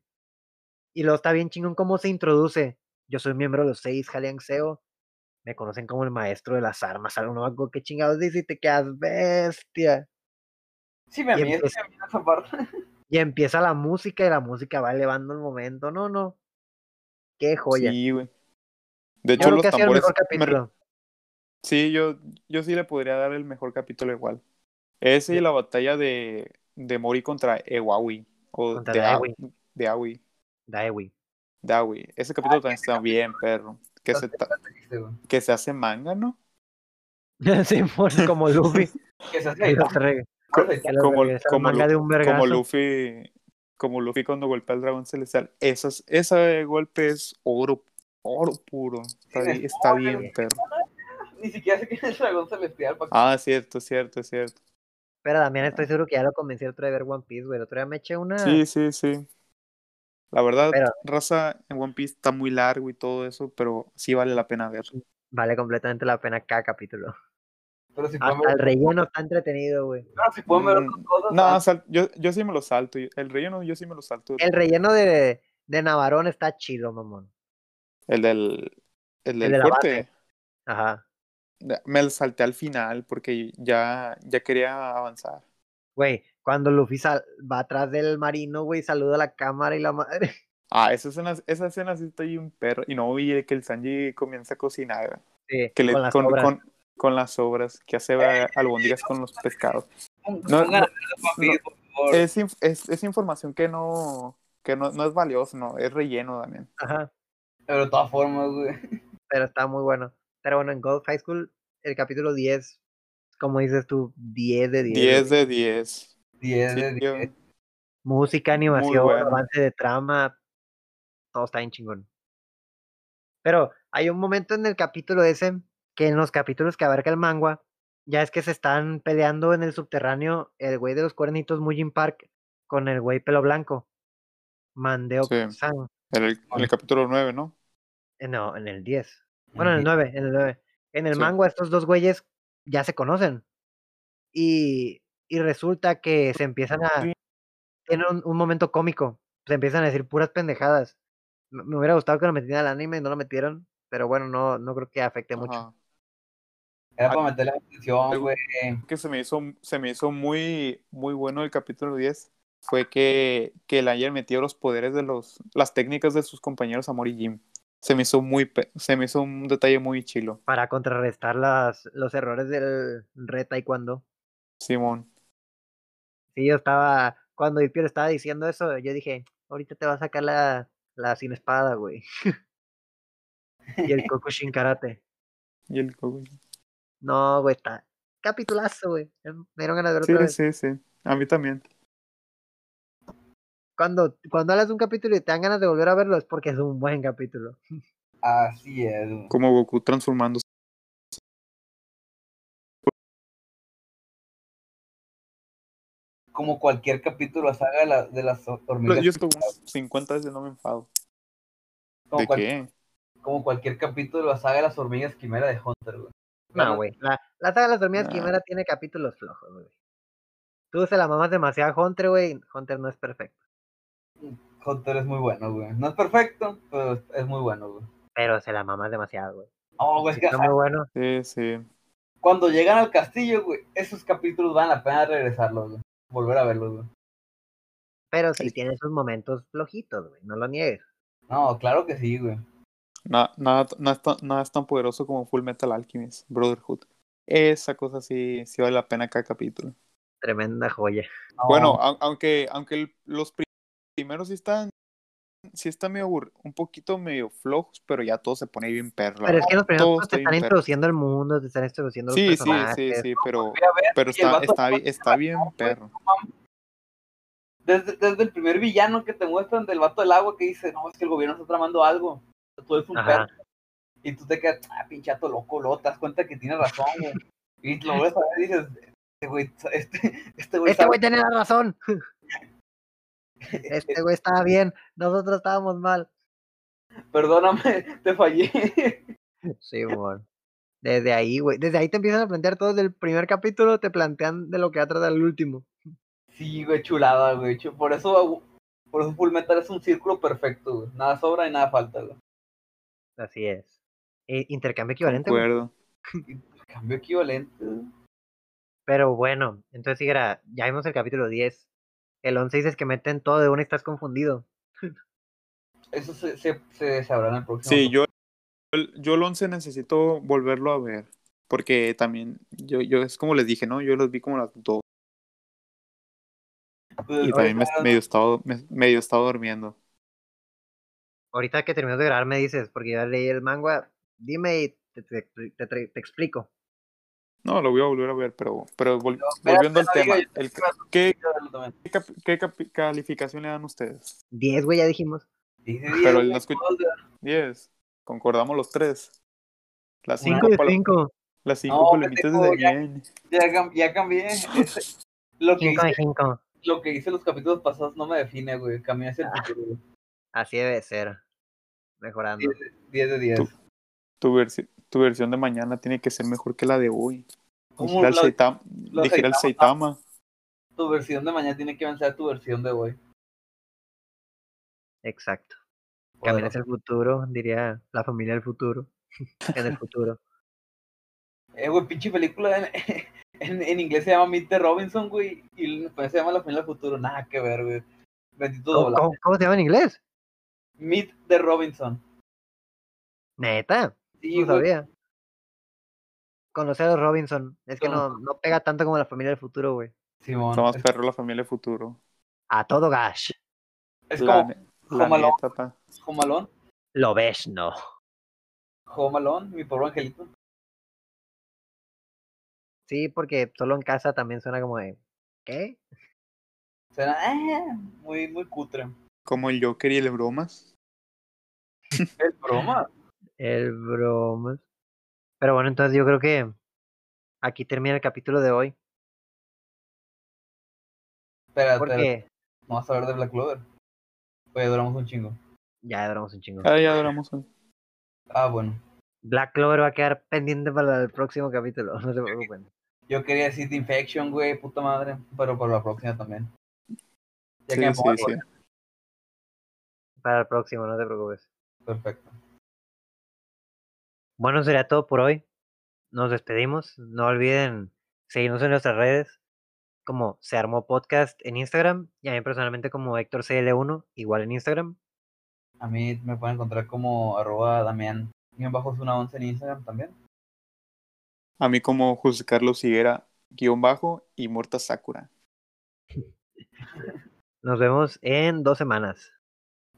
Y luego está bien chingón cómo se introduce. Yo soy miembro de los seis Haliang Seo. Me conocen como el maestro de las armas. Algo no hago que chingados dice y te quedas bestia.
Sí, me
Y
mía
empieza-
esa parte.
Y empieza la música y la música va elevando el momento. No, no. Qué joya.
Sí, güey.
Yo
De
creo
hecho,
que
los
ha sido el
tambores.
mejor
me-
capítulo.
Sí, yo, yo sí le podría dar el mejor capítulo igual. Ese y la batalla de, de Mori contra Ewawi. O
Contra
de
Daewi.
Awi- De Awi.
Dae, güey. [laughs]
de Awi. Ese capítulo también está bien, perro. Que se, ta-
Dice, güey,
que se hace manga, ¿no?
Sí, por- como
[laughs]
Luffy.
Que se hace
que
ahí,
los reg-
¿no? Se-
que los
como-
regresa al
como
manga
Lu-
de un
Como
vergazo.
Luffy. Como Luffy cuando golpea al dragón celestial. Esas, ese golpe es oro. Oro puro. Está,
Sí,
bien- está bien, perro.
Ni siquiera sé quién es el dragón celestial. pa' que-
Ah, cierto, cierto, cierto.
Pero también estoy seguro que ya lo convencí el otro de ver One Piece, güey. El otro día me eché una.
Sí, sí, sí. La verdad,
Ah. Pero-
raza en One Piece está muy largo y todo eso, pero sí vale la pena ver.
Vale completamente la pena cada
[laughs]
capítulo.
Pero si pueden
Hasta el
ver,
relleno está entretenido, güey.
no, si pueden ver
Mm,
otras cosas.
No,
ah,
sal- yo, yo sí me lo salto. yo- El relleno yo sí me lo salto.
El relleno de, de Navarón está chido, mamón.
El del, el del
de la
fuerte.
Ajá.
Me lo salté al final porque ya, ya quería avanzar.
Güey, cuando Luffy sal- va atrás del marino, güey, saluda a la cámara y la madre. [laughs]
Ah, esa escena, esa escena sí está ahí un perro. Y no vi que el Sanji comienza a cocinar.
Sí,
Que le,
con las
con,
obras.
con- con las sobras. Que hace albondigas con los pescados.
pongan-
no,
pongan
no, eh,
a ver, papi, por favor.
es, inf- es, es información que no, que no, no es valiosa, no, es relleno también.
Ajá.
Pero de todas formas, güey.
Pero está muy bueno. Pero bueno, en Gold High School, el capítulo 10, como dices tú, 10 de 10.
10
güey.
de 10.
10
Sí,
de
yo-
10.
Música, animación,
bueno.
avance de trama, todo está bien chingón. Pero hay un momento en el capítulo ese que en los capítulos que abarca el manga, ya es que se están peleando en el subterráneo el güey de los cuernitos Mujin Park con el güey pelo blanco. Mandeo
Sí.
San.
En el, en el capítulo 9, ¿no?
Eh, No, en el 10. Bueno, en el
Ujú.
9, en el 9. En el
Sí.
manga estos dos güeyes ya se conocen. Y, y resulta que se empiezan a...
Sí.
Tienen un, un momento cómico. Se empiezan a decir puras pendejadas. Me me hubiera gustado que lo metieran al anime y no lo metieron. Pero bueno, no, no creo que afecte mucho.
Ajá.
Era para meterle atención,
Algo-
güey.
Que se me hizo, se me hizo muy, muy bueno el capítulo 10. Fue que, que le hayan metido los poderes de los, las técnicas de sus compañeros Amor y Jim. Se me hizo muy, pe- se me hizo un detalle muy chilo,
Para contrarrestar las, los errores del re taekwondo.
Simón.
Sí, yo estaba... Cuando Ipier estaba diciendo eso, yo dije, ahorita te va a sacar la, la sin espada, güey. [laughs]
[laughs]
y el Kokushin Karate.
Y el Goku.
No, güey, está, capitulazo, güey. eh, Me dieron ganas de verlo
Sí,
otra vez.
sí, sí. A mí también.
Cuando, cuando hablas de un capítulo y te dan ganas de volver a verlo es porque es un buen capítulo.
Así es, güey.
Como Goku transformándose.
Como cualquier capítulo o saga de, la- de las hormigas.
Yo estuve unas 50 veces no me enfado.
como,
¿De
cual-
qué?
como cualquier capítulo o saga de las hormigas quimera de Hunter, güey.
No, güey. La, la saga de las hormigas
Nah.
quimera tiene capítulos flojos, güey. Tú se la mamas demasiado a Hunter, güey. Hunter no es perfecto.
Hunter es muy bueno, güey. No es perfecto, pero es muy bueno, güey.
Pero se la mamas demasiado,
[laughs]
güey.
No, güey, es que
Está muy bueno.
Sí, sí.
cuando llegan al castillo, güey, esos capítulos van la pena regresarlos, güey. Volver a verlos, güey.
Pero sí
Ahí-
tiene sus momentos flojitos, güey. No lo niegues.
No, claro que sí, güey.
Na- nada, nada, es tan, nada es tan poderoso como Full Metal Alchemist, Brotherhood. Esa cosa sí, sí vale la pena cada capítulo.
Tremenda joya.
No,
Bueno, au- aunque, aunque el- los pri- primeros sí están, sí están medio aburr- un poquito medio flojos, pero ya todo se pone bien perro. la
Pero es
verdad.
que los
todo
primeros te
está bien
están
perro.
introduciendo el mundo, te están introduciendo los
Sí, sí,
personajes.
sí, sí, pero,
voy a ver
pero
si el
está,
vato-
está, bi- está bien perro.
desde, desde el primer villano que te muestran del vato del agua que dice, no, es que el gobierno está tramando algo. Tú eres un
Ajá.
perro. Y tú te quedas, ah, pinchato loco, luego te das cuenta que tiene razón, güey. Y lo ves a ver y dices, este güey, este, este güey
Este
sabe-
güey tenía la razón.
[laughs]
Este güey estaba bien. Nosotros estábamos mal.
[laughs] perdóname, te fallé. [laughs]
Sí, bueno. Desde ahí, güey. Desde ahí te empiezan a plantear todo. Desde el primer capítulo te plantean de lo que va a tratar el último.
sí, güey, chulada, güey. chu- Por eso, por eso Full Metal es un círculo perfecto, güey. Nada sobra y nada falta, güey.
Así es. Eh, intercambio
De
equivalente, güey.
acuerdo.
Cambio equivalente.
Pero bueno, entonces Higuera, ya vimos el capítulo 10. El 11 dices que meten todo de una y estás confundido.
Eso se, se, se sabrá en el próximo.
Sí, yo, el- yo el 11 necesito volverlo a ver. Porque también, yo, yo es como les dije, ¿no? Yo los vi como las dos.
Pues,
Y también me, medio, estaba, me- medio estaba durmiendo.
Ahorita que termino de grabar me dices, porque ya leí el manga, dime y te, te- te- te- te explico.
No, lo voy a volver a ver, pero, pero vol-
espérate,
volviendo al
no
tema.
digas, yo
el-
te iba
¿Qué,
también.
qué cap- qué capi- calificación le dan ustedes?
10, güey, ya dijimos.
Dice,
[laughs] Pero
"Diez,
lo escuch-
güey,
10. Concordamos los tres. Las
Una
5
5 de
palo-
5.
las cinco
No,
palomitas
pendejo,
de
ya.
bien.
Ya, cam- ya
[laughs]
cambié. Ese- lo, que
5
hice,
de 5.
lo que hice los capítulos pasados no me define, güey. Cambié hacia el
Ah.
futuro. güey.
Así debe ser. Mejorando.
10 de 10.
Tú- Tu, versi- tu versión de mañana tiene que ser mejor que la de hoy.
¿Cómo
Dijera el
la-
Saitama.
la
Dijera el Saitama.
Tu versión de mañana tiene que vencer a tu versión de hoy.
Exacto.
Bueno,
Camina hacia el futuro, diría la familia del [laughs] futuro. en el futuro.
eh, güey, pinche película en, [laughs] en, en inglés se llama Meet the Robinson, güey. Y en español se llama La Familia del Futuro. Nada que ver, güey. Bendito
¿Cómo,
doblaje.
cómo- cómo se llama en inglés?
Meet the Robinson.
Neta,
Sí,
no
güey.
sabía. Conocer a los Robinson. Es que
No.
no, no pega tanto como la familia del futuro, güey.
Simón.
Está más
Es-
perro la familia del futuro.
A todo gas.
Es
La,
como
ne- la
como lo-
neta está-
Home Alone,
Lo ves, no.
Home Alone, mi pobre angelito.
Sí, porque solo en casa también suena como de. ¿Qué?
Suena ah, muy, muy cutre.
como el Joker y el Bromas.
Es broma.
El bromas. Pero bueno, entonces yo creo que aquí termina el capítulo de hoy.
Espera, espera.
Porque
Vamos a ver de Black Clover. Pues duramos un chingo.
ya duramos un chingo.
Ah, ya duramos.
Ah, bueno.
Black Clover va a quedar pendiente para el próximo capítulo. [laughs] No se preocupen.
Yo quería decir The Infection, güey, puta madre. Pero para la próxima también. Ya
Sí,
que me
sí,
pongo-
sí.
Para el próximo, no te preocupes.
Perfecto.
Bueno, sería todo por hoy. Nos despedimos. No olviden seguirnos en nuestras redes como Se Armó Podcast en Instagram y a mí personalmente como Héctor CL1, igual en Instagram.
A mí me pueden encontrar como arroba Damián. Y bajo es una once en Instagram también.
A mí como José Carlos Higuera, guión bajo y Morta Sakura.
Nos vemos en dos semanas.